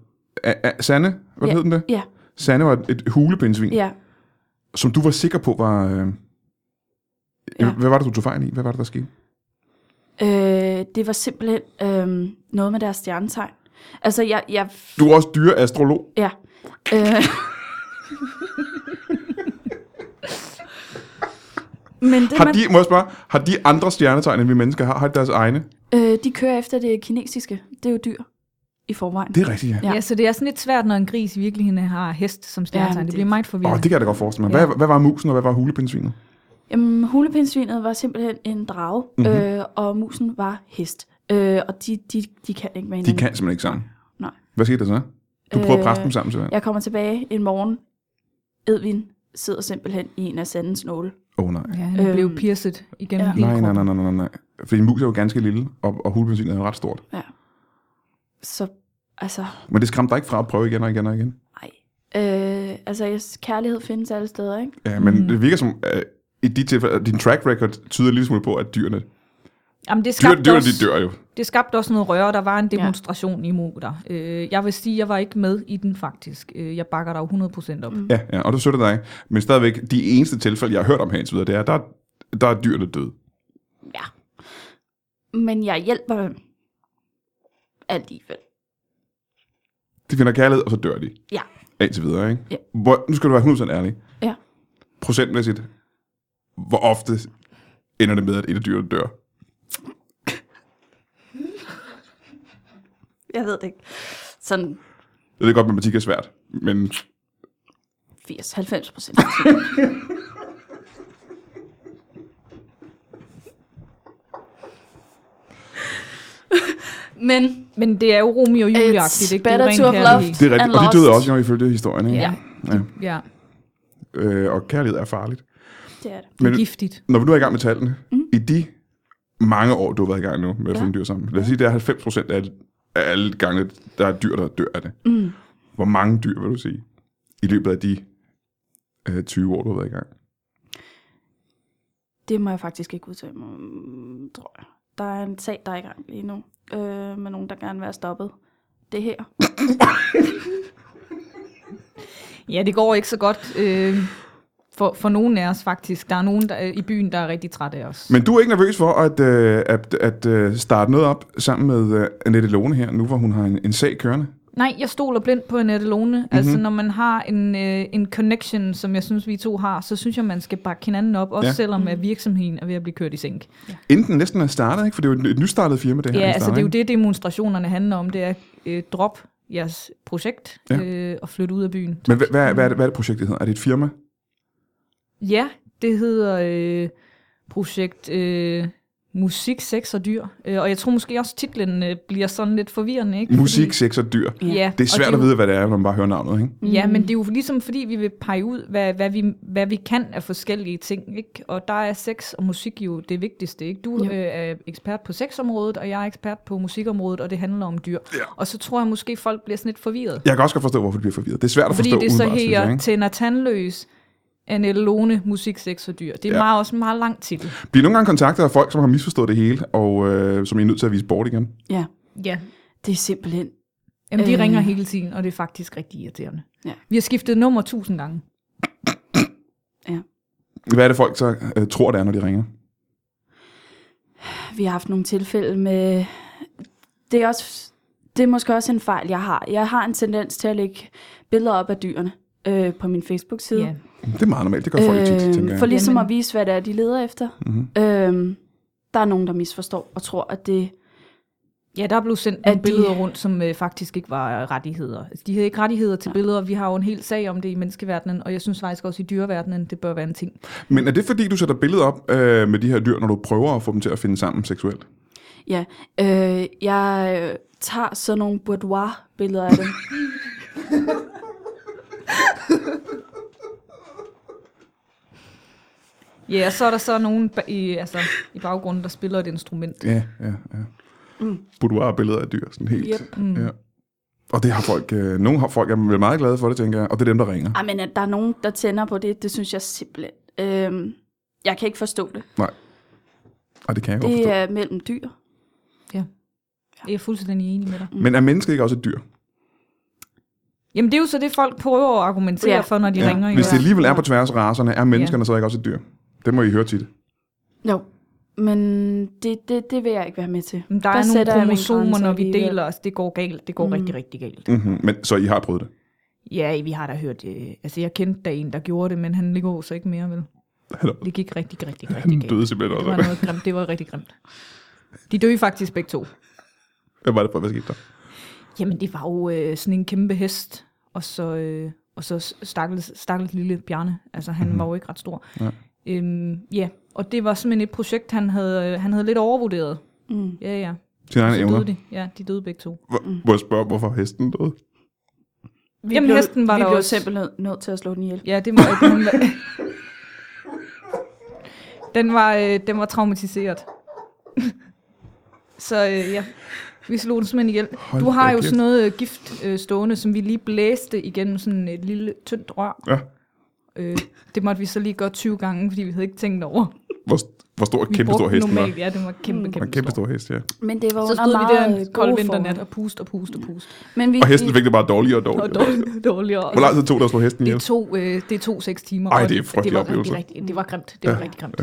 Speaker 1: er, er, Sanne, hvad
Speaker 3: Ja.
Speaker 1: hed den det?
Speaker 3: ja,
Speaker 1: Sanne var et, et hulepindsvin,
Speaker 3: ja.
Speaker 1: som du var sikker på var... Øh,
Speaker 3: Ja.
Speaker 1: Hvad var det, du tog fejl i? Hvad var det, der skete?
Speaker 3: Øh, det var simpelthen øh, noget med deres stjernetegn. Altså, jeg... jeg
Speaker 1: Du er også dyre astrolog.
Speaker 3: Ja. Øh. Men det,
Speaker 1: Har
Speaker 3: man,
Speaker 1: de, må jeg spørge, har de andre stjernetegn, end vi mennesker har? Har de deres egne?
Speaker 3: øh, de kører efter det kinesiske. Det er jo dyr i forvejen.
Speaker 1: Det er rigtigt, ja.
Speaker 3: Ja.
Speaker 2: Ja. ja, så det er sådan lidt svært, når en gris i virkeligheden har hest som
Speaker 3: Ja,
Speaker 2: stjernetegn.
Speaker 3: men
Speaker 2: Ja,
Speaker 3: det-
Speaker 2: det bliver meget
Speaker 1: Åh, oh,
Speaker 2: forvirrende.
Speaker 1: det kan jeg da godt forestille mig. Hvad, hvad var musen, og hvad var hulepindsvinet?
Speaker 3: Jamen, hulepindsvinet var simpelthen en drage,
Speaker 1: Mhm.
Speaker 3: mm-hmm. øh, og musen var hest. Øh, og de, de, de kan ikke med
Speaker 1: De
Speaker 3: hinanden.
Speaker 1: kan simpelthen ikke sammen.
Speaker 3: Nej.
Speaker 1: Hvad skete der så? Du prøvede at presse
Speaker 3: Øh,
Speaker 1: dem sammen, simpelthen?
Speaker 3: Jeg kommer tilbage en morgen. Edvin sidder simpelthen i en af sandens nåle.
Speaker 1: Åh, oh, nej.
Speaker 2: Ja, han øhm, blev
Speaker 3: Øhm,
Speaker 2: pierced igennem
Speaker 3: ja.
Speaker 2: ja. hele
Speaker 1: Nej,
Speaker 2: kroppen.
Speaker 1: nej, nej, nej, nej, nej. Fordi mus er jo ganske lille, og, og hulepindsvinet er jo ret stort.
Speaker 3: Så, altså,
Speaker 1: Men det skræmte dig ikke fra at prøve igen og igen og igen.
Speaker 3: nej. Øh, altså, yes, kærlighed findes alle steder, ikke?
Speaker 1: Ja, men mm.
Speaker 2: Mm.
Speaker 1: det virker som, øh, i dit tilfælde, din track record tyder en lille smule på, at dyrene,
Speaker 2: Jamen, det
Speaker 1: dyr,
Speaker 2: skabte,
Speaker 1: dyrene
Speaker 2: også,
Speaker 1: de dør jo.
Speaker 2: det skabte også noget røre, og der var en demonstration ja. imod dig. Øh, jeg vil sige, jeg var ikke med i den faktisk. Øh, jeg bakker dig jo 100% op. Mm.
Speaker 1: Ja, ja, og du støtter dig. Men stadigvæk, de eneste tilfælde, jeg har hørt om her indtil videre, det er, at der, er- der er dyrene døde.
Speaker 3: Ja. Men jeg hjælper dem. Alligevel.
Speaker 1: De finder kærlighed, og så dør de.
Speaker 3: Ja.
Speaker 1: Indtil videre, ikke?
Speaker 3: Ja.
Speaker 1: Hvor, nu skal du være 100% ærlig.
Speaker 3: Ja.
Speaker 1: Procentmæssigt, hvor ofte ender det med, at et af dyrene dør?
Speaker 3: Jeg ved det ikke. Sådan
Speaker 1: Jeg ved godt, matematik er svært, men
Speaker 3: 80-90 procent. Men
Speaker 2: Men det er jo Romeo og Julie-agtigt,
Speaker 3: it's
Speaker 2: ikke? Det er jo
Speaker 3: better
Speaker 2: ren
Speaker 3: to have
Speaker 2: kærlighed.
Speaker 3: loved
Speaker 1: det er
Speaker 3: and
Speaker 1: rigtigt. Og
Speaker 3: lost.
Speaker 1: de døde også, når vi følte historien, ikke?
Speaker 2: Ja.
Speaker 1: ja.
Speaker 2: Ja,
Speaker 1: Øh, og kærlighed er farligt.
Speaker 3: Det er det.
Speaker 2: det
Speaker 1: Men
Speaker 2: er giftigt.
Speaker 1: når vi nu er i gang med tallene, mm. i de mange år, du har været i gang nu med at finde dyr sammen, lad os sige, det er 90 procent af, af alle gange, der er dyr, der dør af det. Mm. Hvor mange dyr, vil du sige, i løbet af de øh, 20 år, du har været i gang?
Speaker 3: Det må jeg faktisk ikke udtale mig om, tror jeg. Der er en sag, der er i gang lige nu, øh, med nogen, der gerne vil være stoppet. Det her.
Speaker 2: Ja, det går ikke så godt øh, for, for nogen af os faktisk. Der er nogen der, i byen, der er rigtig trætte af os.
Speaker 1: Men du er ikke nervøs for at, øh, at, at øh, starte noget op sammen med øh, Annette Lone her, nu hvor hun har en, en sag kørende?
Speaker 2: Nej, jeg stoler blindt på Annette Lone.
Speaker 1: Mhm.
Speaker 2: Mm-hmm. Altså, når man har en, øh, en connection, som jeg synes, vi to har, så synes jeg, man skal bakke hinanden op, også
Speaker 1: Ja.
Speaker 2: ja. selvom at virksomheden er ved at blive kørt i sænk. Ja,
Speaker 1: Inden den næsten er startet, ikke? For det er jo et- et nystartet firma, det her.
Speaker 2: ja
Speaker 1: den
Speaker 2: altså,
Speaker 1: starter,
Speaker 2: det er jo
Speaker 1: ikke?
Speaker 2: det, demonstrationerne handler om. Det er øh, drop jeres projekt
Speaker 1: Ja.
Speaker 2: ja. øh, og flytte ud af byen.
Speaker 1: Men hvad, hvad, er- hvad, er det, hvad er det projektet hedder? Er det et firma?
Speaker 2: Ja, det hedder øh, projekt øh, Musik, Sex og Dyr. Øh, og jeg tror måske også, titlen øh, bliver sådan lidt forvirrende. Ikke?
Speaker 1: Musik, sex og dyr.
Speaker 2: Fordi, ja,
Speaker 1: Det er
Speaker 2: og
Speaker 1: svært
Speaker 2: jo-
Speaker 1: at vide, hvad det er, når man bare hører navnet, ikke?
Speaker 2: Ja, men det er jo ligesom fordi, vi vil pege ud, hvad, hvad, vi, hvad vi kan af forskellige ting. Ikke? Og der er sex og musik jo det vigtigste. Ikke? Du
Speaker 3: Jo.
Speaker 2: øh, er ekspert på sexområdet, og jeg er ekspert på musikområdet, og det handler om dyr.
Speaker 1: Ja.
Speaker 2: Og så tror jeg måske, folk bliver sådan lidt forvirret.
Speaker 1: Jeg kan også godt forstå, hvorfor det bliver forvirret. Det er svært at
Speaker 2: Fordi
Speaker 1: forstå
Speaker 2: det så
Speaker 1: umiddelbart, synes jeg,
Speaker 2: her
Speaker 1: ikke?
Speaker 2: Tænder Tandløs, Annette Lone, Musik, Sex og Dyr. Det er
Speaker 1: Ja.
Speaker 2: ja. meget, også en meget lang titel.
Speaker 1: Bliver I nogle gange kontaktet af folk, som har misforstået det hele, og øh, som I er nødt til at vise bort igen?
Speaker 3: Ja,
Speaker 2: Ja.
Speaker 3: det er simpelthen...
Speaker 2: Jamen, de
Speaker 3: Øh.
Speaker 2: øh. ringer hele tiden, og det er faktisk rigtig irriterende.
Speaker 3: Ja.
Speaker 2: Vi har skiftet nummer tusind gange.
Speaker 1: Hvad er det, folk så øh, tror, det er, når de ringer?
Speaker 3: Vi har haft nogle tilfælde med... Det er, også, det er måske også en fejl, jeg har. Jeg har en tendens til at lægge billeder op af dyrene øh, på min Facebook-side.
Speaker 2: Ja.
Speaker 1: Det er meget normalt. Det gør folk øh, tit, tænker jeg.
Speaker 3: for ligesom
Speaker 2: Jamen.
Speaker 3: at vise, hvad det er, de leder efter.
Speaker 1: Mhm.
Speaker 3: Øh, der er nogen, der misforstår og tror, at det...
Speaker 2: Ja, der blev sendt
Speaker 3: At
Speaker 2: nogle
Speaker 3: de-
Speaker 2: billeder rundt, som øh, faktisk ikke var øh, rettigheder. Altså, de havde ikke rettigheder til billeder. Vi har jo en hel sag om det i menneskeverdenen, og jeg synes faktisk også i dyreverdenen, det bør være en ting.
Speaker 1: Men er det, fordi du sætter billeder op øh, med de her dyr, når du prøver at få dem til at finde sammen seksuelt?
Speaker 3: Ja, øh, jeg øh, tager sådan nogle boudoir-billeder af dem.
Speaker 2: Ja, og så er der så nogen ba- i, altså, i baggrunden, der spiller et instrument.
Speaker 1: Ja, ja, ja. Mm. Boudoir-billeder af dyr, sådan helt.
Speaker 3: Yep.
Speaker 1: Mm. Ja. Og det har folk, øh, nogle har folk er vel meget glade for det, tænker jeg. Og det er dem, der ringer.
Speaker 3: Ej, men at der er nogen, der tænder på det, det synes jeg simpelthen. Øhm, jeg kan ikke forstå det.
Speaker 1: Og det kan jeg godt
Speaker 3: Det
Speaker 1: forstå.
Speaker 3: er mellem dyr.
Speaker 2: Jeg er fuldstændig enig med dig.
Speaker 1: Men er mennesket ikke også et dyr?
Speaker 2: Jamen, det er jo så det, folk prøver at argumentere
Speaker 3: Ja.
Speaker 2: ja. for, når de ja. ringer.
Speaker 1: Hvis
Speaker 2: jo.
Speaker 1: det alligevel er på tværs af raserne, er menneskerne så ikke også et dyr? Det må I høre tit.
Speaker 3: Jo, men det, det, det vil jeg ikke være med til.
Speaker 2: Men der
Speaker 3: Der
Speaker 2: er nogle
Speaker 3: sætter jeg mine
Speaker 2: kromosomer,
Speaker 3: grænser
Speaker 2: når vi
Speaker 3: alligevel.
Speaker 2: deler os. Det går galt. Det går mm. rigtig, rigtig galt.
Speaker 1: Mm-hmm. Men så I har prøvet det.
Speaker 2: Ja, vi har da hørt... Øh, altså, jeg kendte da en, der gjorde det, men han ligger så ikke mere, vel?
Speaker 1: Hallo.
Speaker 2: Det gik rigtig, rigtig,
Speaker 1: Han
Speaker 2: rigtig galt.
Speaker 1: døde simpelthen
Speaker 2: Det
Speaker 1: også.
Speaker 2: var noget grimt. Det var rigtig grimt. De døde faktisk begge to.
Speaker 1: Hvad var det for? Hvad skete der?
Speaker 2: Jamen, det var jo øh, sådan en kæmpe hest, og så, øh, og så stakkels, stakkels lille Bjarne. Altså, han mm-hmm. var jo ikke ret stor.
Speaker 1: Nej.
Speaker 2: Øhm, ja, og det var simpelthen et projekt, han havde, øh, han havde lidt overvurderet.
Speaker 3: Mm.
Speaker 2: Ja, ja.
Speaker 1: Sine egne
Speaker 2: Så
Speaker 1: evner.
Speaker 2: døde de. Mm. Ja, de døde begge to.
Speaker 1: Hvor- Må jeg spørge, hvorfor hesten døde?
Speaker 3: Vi
Speaker 2: Jamen, hesten var
Speaker 3: vi
Speaker 2: der
Speaker 3: blev
Speaker 2: også.
Speaker 3: simpelthen nødt til at slå den ihjel.
Speaker 2: Ja, det må det, hun var. Den var, øh, den var traumatiseret. Så øh, ja, vi slog den simpelthen ihjel.
Speaker 1: Hold
Speaker 2: du har
Speaker 1: da
Speaker 2: jo
Speaker 1: kæft.
Speaker 2: sådan noget øh, gift øh, stående, som vi lige blæste igennem sådan et lille tyndt rør.
Speaker 1: Ja.
Speaker 2: Øh, det måtte vi så lige gøre 20 gange, fordi vi havde ikke tænkt over.
Speaker 1: Hvor, hvor stor,
Speaker 2: Vi
Speaker 1: kæmpe stor
Speaker 2: brugte
Speaker 1: hesten var.
Speaker 2: normalt, Ja, den var kæmpe,
Speaker 1: Var
Speaker 2: kæmpe,
Speaker 1: En kæmpe
Speaker 2: stor.
Speaker 1: stor hest, ja.
Speaker 3: Men det var
Speaker 2: Så
Speaker 3: under
Speaker 2: stod vi der
Speaker 3: meget
Speaker 2: en kold
Speaker 3: gode
Speaker 2: vinternat
Speaker 3: forhold.
Speaker 2: og puste og puste og puste.
Speaker 3: Men vi,
Speaker 1: Og hesten
Speaker 3: vi-
Speaker 1: fik det bare dårligere og
Speaker 2: Og
Speaker 1: dårligere.
Speaker 2: dårligere, dårligere. og
Speaker 1: Hvor lang tid tog det at slå hesten ihjel?
Speaker 2: Det tog, øh, det tog seks timer.
Speaker 1: Ej,
Speaker 2: og
Speaker 1: det er en frygtelig
Speaker 2: det var
Speaker 1: oplevelse.
Speaker 2: Rigtig, rigtig, det var grimt. Det var rigtig grimt.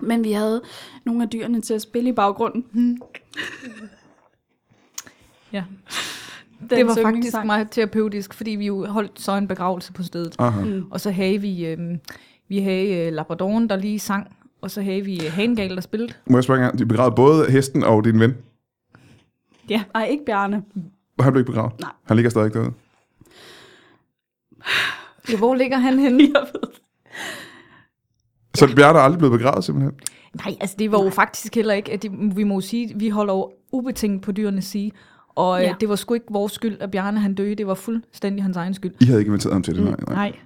Speaker 3: Men vi havde nogle af dyrene til at spille i baggrunden.
Speaker 2: Ja.
Speaker 3: Den
Speaker 2: Det var
Speaker 3: syngende
Speaker 2: faktisk
Speaker 3: sang.
Speaker 2: meget terapeutisk, fordi vi jo holdt så en begravelse på stedet.
Speaker 1: Aha.
Speaker 2: Og så havde vi, øh, vi havde øh, Labradoren, der lige sang, og så havde vi øh, Hangal, der spillede.
Speaker 1: Må jeg spørge en gang? De begravede både hesten og din ven.
Speaker 3: Ej, ikke Bjarne.
Speaker 1: Han blev ikke begravet?
Speaker 3: Nej.
Speaker 1: Han ligger stadig derude.
Speaker 2: Ja, hvor ligger han henne? Jeg ved.
Speaker 1: Så Bjarne er aldrig blevet begravet, simpelthen.
Speaker 2: Nej, altså det var jo faktisk heller ikke, at det, vi må jo sige, vi holder jo ubetinget på dyrenes sige. Og øh,
Speaker 3: Ja.
Speaker 2: ja. det var sgu ikke vores skyld, at Bjarne han døde. Det var fuldstændig hans egen skyld.
Speaker 1: I havde ikke inviteret ham til det,
Speaker 2: Mm.
Speaker 1: nej. nej.
Speaker 2: Nej.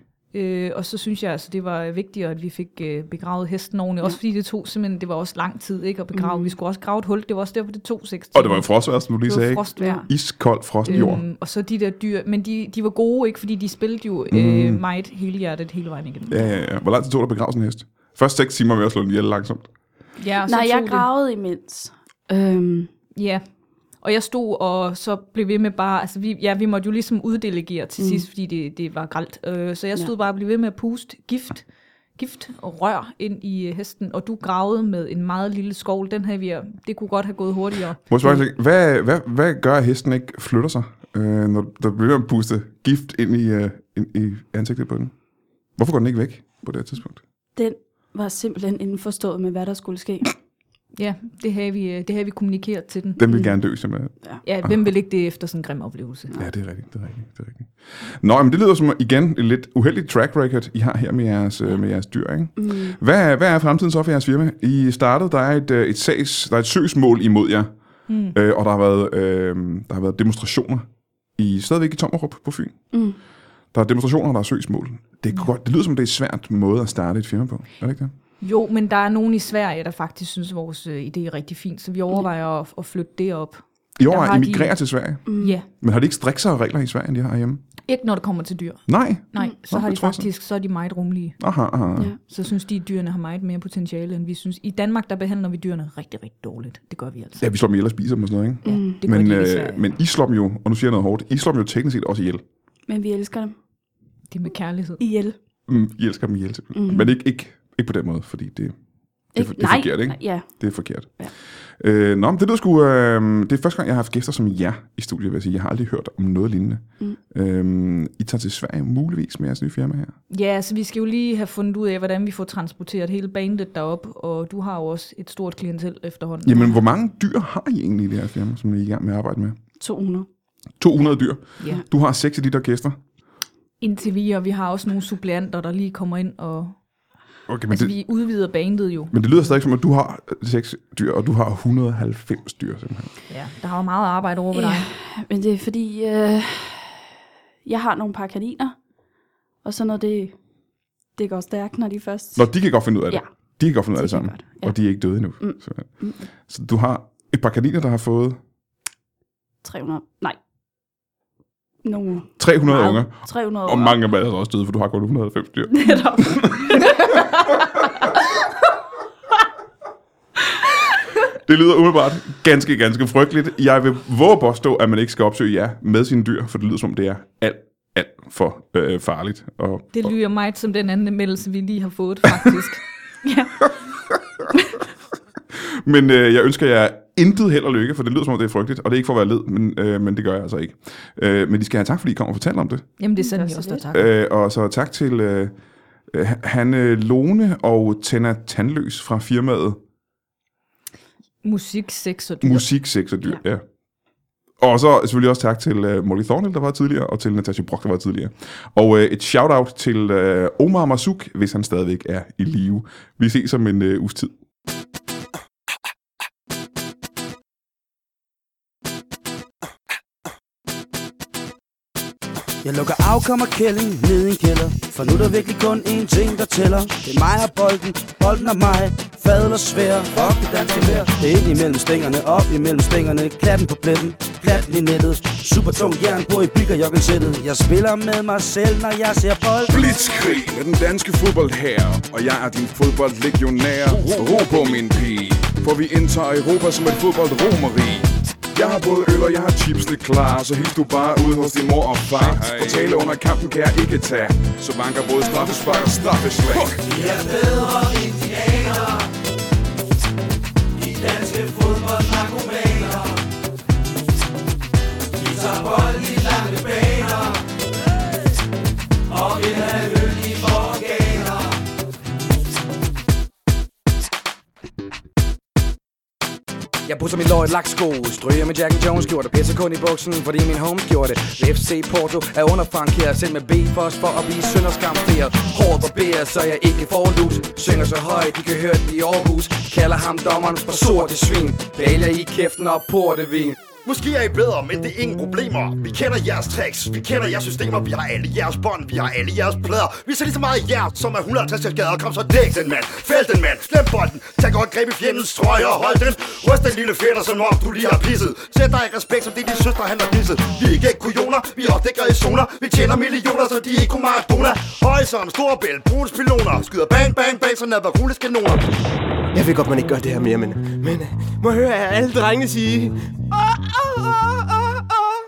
Speaker 2: Øh, og så synes jeg, altså, det var vigtigere, at vi fik øh, begravet hesten ordentligt. Også fordi det tog simpelthen, det var også lang tid ikke, at begrave. Mm. Vi skulle også grave et hul. Det var også derfor, det tog seks timer.
Speaker 1: Og det var jo frostvær, som du lige
Speaker 2: Det var
Speaker 1: sagde. ikke?
Speaker 2: frostvejr.
Speaker 3: Ja.
Speaker 1: Iskold frostjord.
Speaker 2: Øhm, og så de der dyr, men de, de var gode, ikke? Fordi de spillede jo øh, meget hele hjertet hele vejen igennem.
Speaker 1: Mm. Ja, ja, ja. Hvor lang tid tog det at begrave sådan en hest? Først seks timer med at slå den ihjel langsomt.
Speaker 2: Ja, og så
Speaker 3: Nej,
Speaker 2: tog
Speaker 3: jeg
Speaker 2: det-
Speaker 3: gravede imens. Øhm,
Speaker 2: Ja, og jeg stod og så blev ved med bare, altså vi, ja, vi måtte jo ligesom uddelegere til sidst, fordi det, det var gralt. Øh, så jeg stod
Speaker 3: Ja.
Speaker 2: ja. bare og blev ved med at puste gift, gift og rør ind i øh, hesten, og du gravede med en meget lille skovl. Den havde vi, det kunne godt have gået hurtigere.
Speaker 1: Må jeg spørge, en ting? hvad, hvad, hvad gør, at hesten ikke flytter sig, øh, når der bliver at puste gift ind i, øh, ind i ansigtet på den? Hvorfor går den ikke væk på det her tidspunkt?
Speaker 3: den var simpelthen indforstået med, hvad der skulle ske.
Speaker 2: Ja, det havde vi, øh, det havde vi kommunikeret til den.
Speaker 1: Den vil gerne dø, simpelthen.
Speaker 2: Ja, hvem vil ikke det efter sådan en grim oplevelse?
Speaker 1: Ja, det er rigtigt, det er rigtigt, det er rigtigt. Nå, men det lyder som igen et lidt uheldigt track record, I har her med jeres, øh, med jeres dyr, ikke? Mm. Hvad, er- hvad er fremtiden så for jeres firma? I startede, der er et, øh, et, sags, der er et søgsmål imod jer, mm. øh, og der har, været, øh, der har været demonstrationer i, stadigvæk i Tommerup på Fyn.
Speaker 3: Mm.
Speaker 1: Der er demonstrationer, og der er søgsmål. Det, er godt, det lyder som, det er et svært måde at starte et firma på, er det ikke det?
Speaker 2: Jo, men der er nogen i Sverige, der faktisk synes, at vores øh, idé er rigtig fint, så vi overvejer at, at flytte det op.
Speaker 1: I år
Speaker 2: har
Speaker 1: er
Speaker 2: de-
Speaker 1: emigrerer til Sverige,
Speaker 2: Mm. Ja,
Speaker 1: men har de ikke striksere regler i Sverige, end de har herhjemme?
Speaker 2: ikke når det kommer til dyr.
Speaker 1: Nej?
Speaker 2: Nej, så
Speaker 1: Nå,
Speaker 2: har
Speaker 1: det
Speaker 2: de
Speaker 1: tror jeg så.
Speaker 2: faktisk, så er de meget rumlige.
Speaker 1: Aha, aha.
Speaker 3: Ja.
Speaker 1: Ja.
Speaker 2: Så synes de, at dyrene har meget mere potentiale, end vi synes. I Danmark, der behandler vi dyrene rigtig, rigtig dårligt. Det gør vi altså.
Speaker 1: ja, vi slår dem ihjel og spiser dem og sådan noget, ikke?
Speaker 2: Ja,
Speaker 3: Mm,
Speaker 2: det gør
Speaker 1: Men,
Speaker 2: de i Sverige.
Speaker 1: øh, men I slår dem jo, og nu siger jeg noget hårdt, I slår dem jo teknisk set også ihjel.
Speaker 3: Men vi elsker dem.
Speaker 2: Det er med kærlighed.
Speaker 3: Ihjel.
Speaker 1: Mm, I elsker dem ihjel, mm.
Speaker 2: Mhm.
Speaker 1: men ikke, ikke, ikke på den måde, fordi det, det, det, det er forkert, ikke?
Speaker 3: Ja,
Speaker 1: Det er forkert.
Speaker 3: Ja.
Speaker 1: Øh, nå, men det, lyder sgu, øh, det er første gang, jeg har haft gæster som jer i studiet, vil jeg sige. Jeg har aldrig hørt om noget lignende. Mm. Øh, I tager til Sverige muligvis med jeres nye firma her.
Speaker 2: Ja, så vi skal jo lige have fundet ud af, hvordan vi får transporteret hele bandet derop, og du har jo også et stort klientel efterhånden.
Speaker 1: Jamen, hvor mange dyr har I egentlig i det her firma, som I er i gang med at arbejde med?
Speaker 3: 200.
Speaker 1: 200 dyr.
Speaker 2: Ja.
Speaker 1: Du har seks af de der gæster.
Speaker 2: Indtil vi, og vi har også nogle suppleanter, der lige kommer ind, og
Speaker 1: Okay, men,
Speaker 2: altså,
Speaker 1: det,
Speaker 2: vi udvider bandet jo.
Speaker 1: men det lyder stadig som, at du har seks dyr, og du har 190 dyr simpelthen.
Speaker 2: Ja, der har jo meget arbejde over ved dig.
Speaker 3: Men det er fordi, øh, jeg har nogle par kaniner, og sådan noget, det, det går stærkt, når de først...
Speaker 1: Nå, de kan godt finde ud af det.
Speaker 3: Ja.
Speaker 1: De kan godt finde ud af
Speaker 3: De
Speaker 1: det
Speaker 3: kan
Speaker 1: sammen.
Speaker 3: godt, ja.
Speaker 1: Ja. Og de er ikke døde endnu. Mm. Mm. Så du har et par kaniner, der har fået...
Speaker 3: 300. Nej, Nogle
Speaker 1: 300
Speaker 3: meget-
Speaker 1: unger.
Speaker 3: 300
Speaker 1: Og mange af dem er altså også døde, for du har kun 190 dyr.
Speaker 3: Netop.
Speaker 1: Det lyder umiddelbart ganske, ganske frygteligt. Jeg vil våge at påstå, at man ikke skal opsøge jer med sine dyr, for det lyder som, det er alt, alt for øh, farligt. Og,
Speaker 2: Det lyder meget som den anden meldelse, vi lige har fået, faktisk.
Speaker 3: ja.
Speaker 1: Men øh, jeg ønsker jer intet held og lykke, for det lyder som om, det er frygteligt, og det er ikke for at være led, men, øh, men det gør jeg altså ikke. Øh, men de skal have tak, fordi I kom og fortalte om det.
Speaker 2: Jamen, det er sådan,
Speaker 3: Det
Speaker 2: jeg
Speaker 3: er
Speaker 2: også
Speaker 3: så
Speaker 2: der tak.
Speaker 1: Øh, og så tak til øh, øh, Hanne Lone og Tenna Tandløs fra firmaet
Speaker 2: Musik, sex og dyr.
Speaker 1: Musik, Sex og Dyr. Ja. Og så selvfølgelig også tak til øh, Molly Thornhill, der var tidligere, og til Natasha Brock, der var tidligere. Og øh, et shout-out til øh, Omar Masuk, hvis han stadigvæk er i live. Vi ses om en øh, uges tid.
Speaker 4: Jeg lukker afkom og kælling ned i en kælder For nu er der virkelig kun én ting, der tæller Det er mig og bolden, bolden og mig Fadel og svær, fuck det danske vejr Det er ind imellem stængerne, op imellem stængerne Klatten på pletten, platten i nettet Super tung jern på i bikkerjokkelsættet Jeg spiller med mig selv, når jeg ser bold
Speaker 5: Blitzkrig med den danske fodboldherre Og jeg er din fodboldlegionær Ro på min pige For vi indtager Europa som et fodboldromeri jeg har både øl og jeg har chipsene klar Så hils du bare ud hos din mor og far Og tale under kampen kan jeg ikke tage Så vanker både straffespark og straffeslag
Speaker 6: Jeg pusser mit lår i et laksko Stryger med Jack and Jones skjorte Pisser kun i buksen, fordi min homes gjorde det FC Porto er underfrankeret Selv med B-Boss for at blive sønderskamferet Hårdt barberer, så jeg ikke får lus Synger så højt, de kan høre det i Aarhus Kalder ham dommeren for sorte svin Baler i kæften og portevin
Speaker 7: Måske er I bedre, men det er ingen problemer. Vi kender jeres tricks, vi kender jeres systemer, vi har alle jeres bånd, vi har alle jeres plader. Vi ser lige så meget jer, som er 150 skader. Kom så, dæk den mand, fæld den mand, slem bolden, tag godt greb i fjendens trøje og hold den. Ryst den lille fætter, som om du lige har pisset. Sæt dig i respekt, som det din søster, han har disset. Vi er ikke kujoner, vi opdækker i zoner. Vi tjener millioner, så de er ikke Maradona. Højsom, storbæl, bruns piloner. Skyder bang, bang, bang, så navarules kanoner.
Speaker 8: Jeg ved godt, man ikke gør det her mere, men... Men øh, må jeg høre alle drengene sige... "Åh, åh, åh, åh, åh."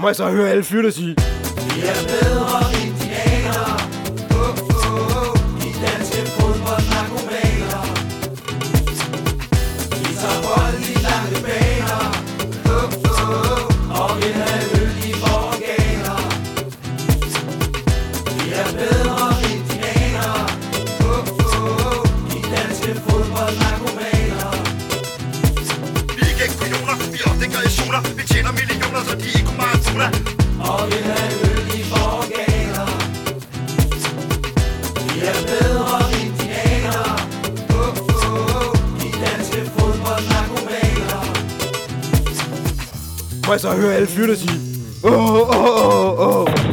Speaker 8: Må jeg så høre alle fyrene sige...
Speaker 7: Vi er ikke kujoner, vi opdækker i zoner. Vi tjener millioner, så de er ikke Maradona.
Speaker 8: Må jeg så høre alle fyrene sige... Åh, åh, åh, åh.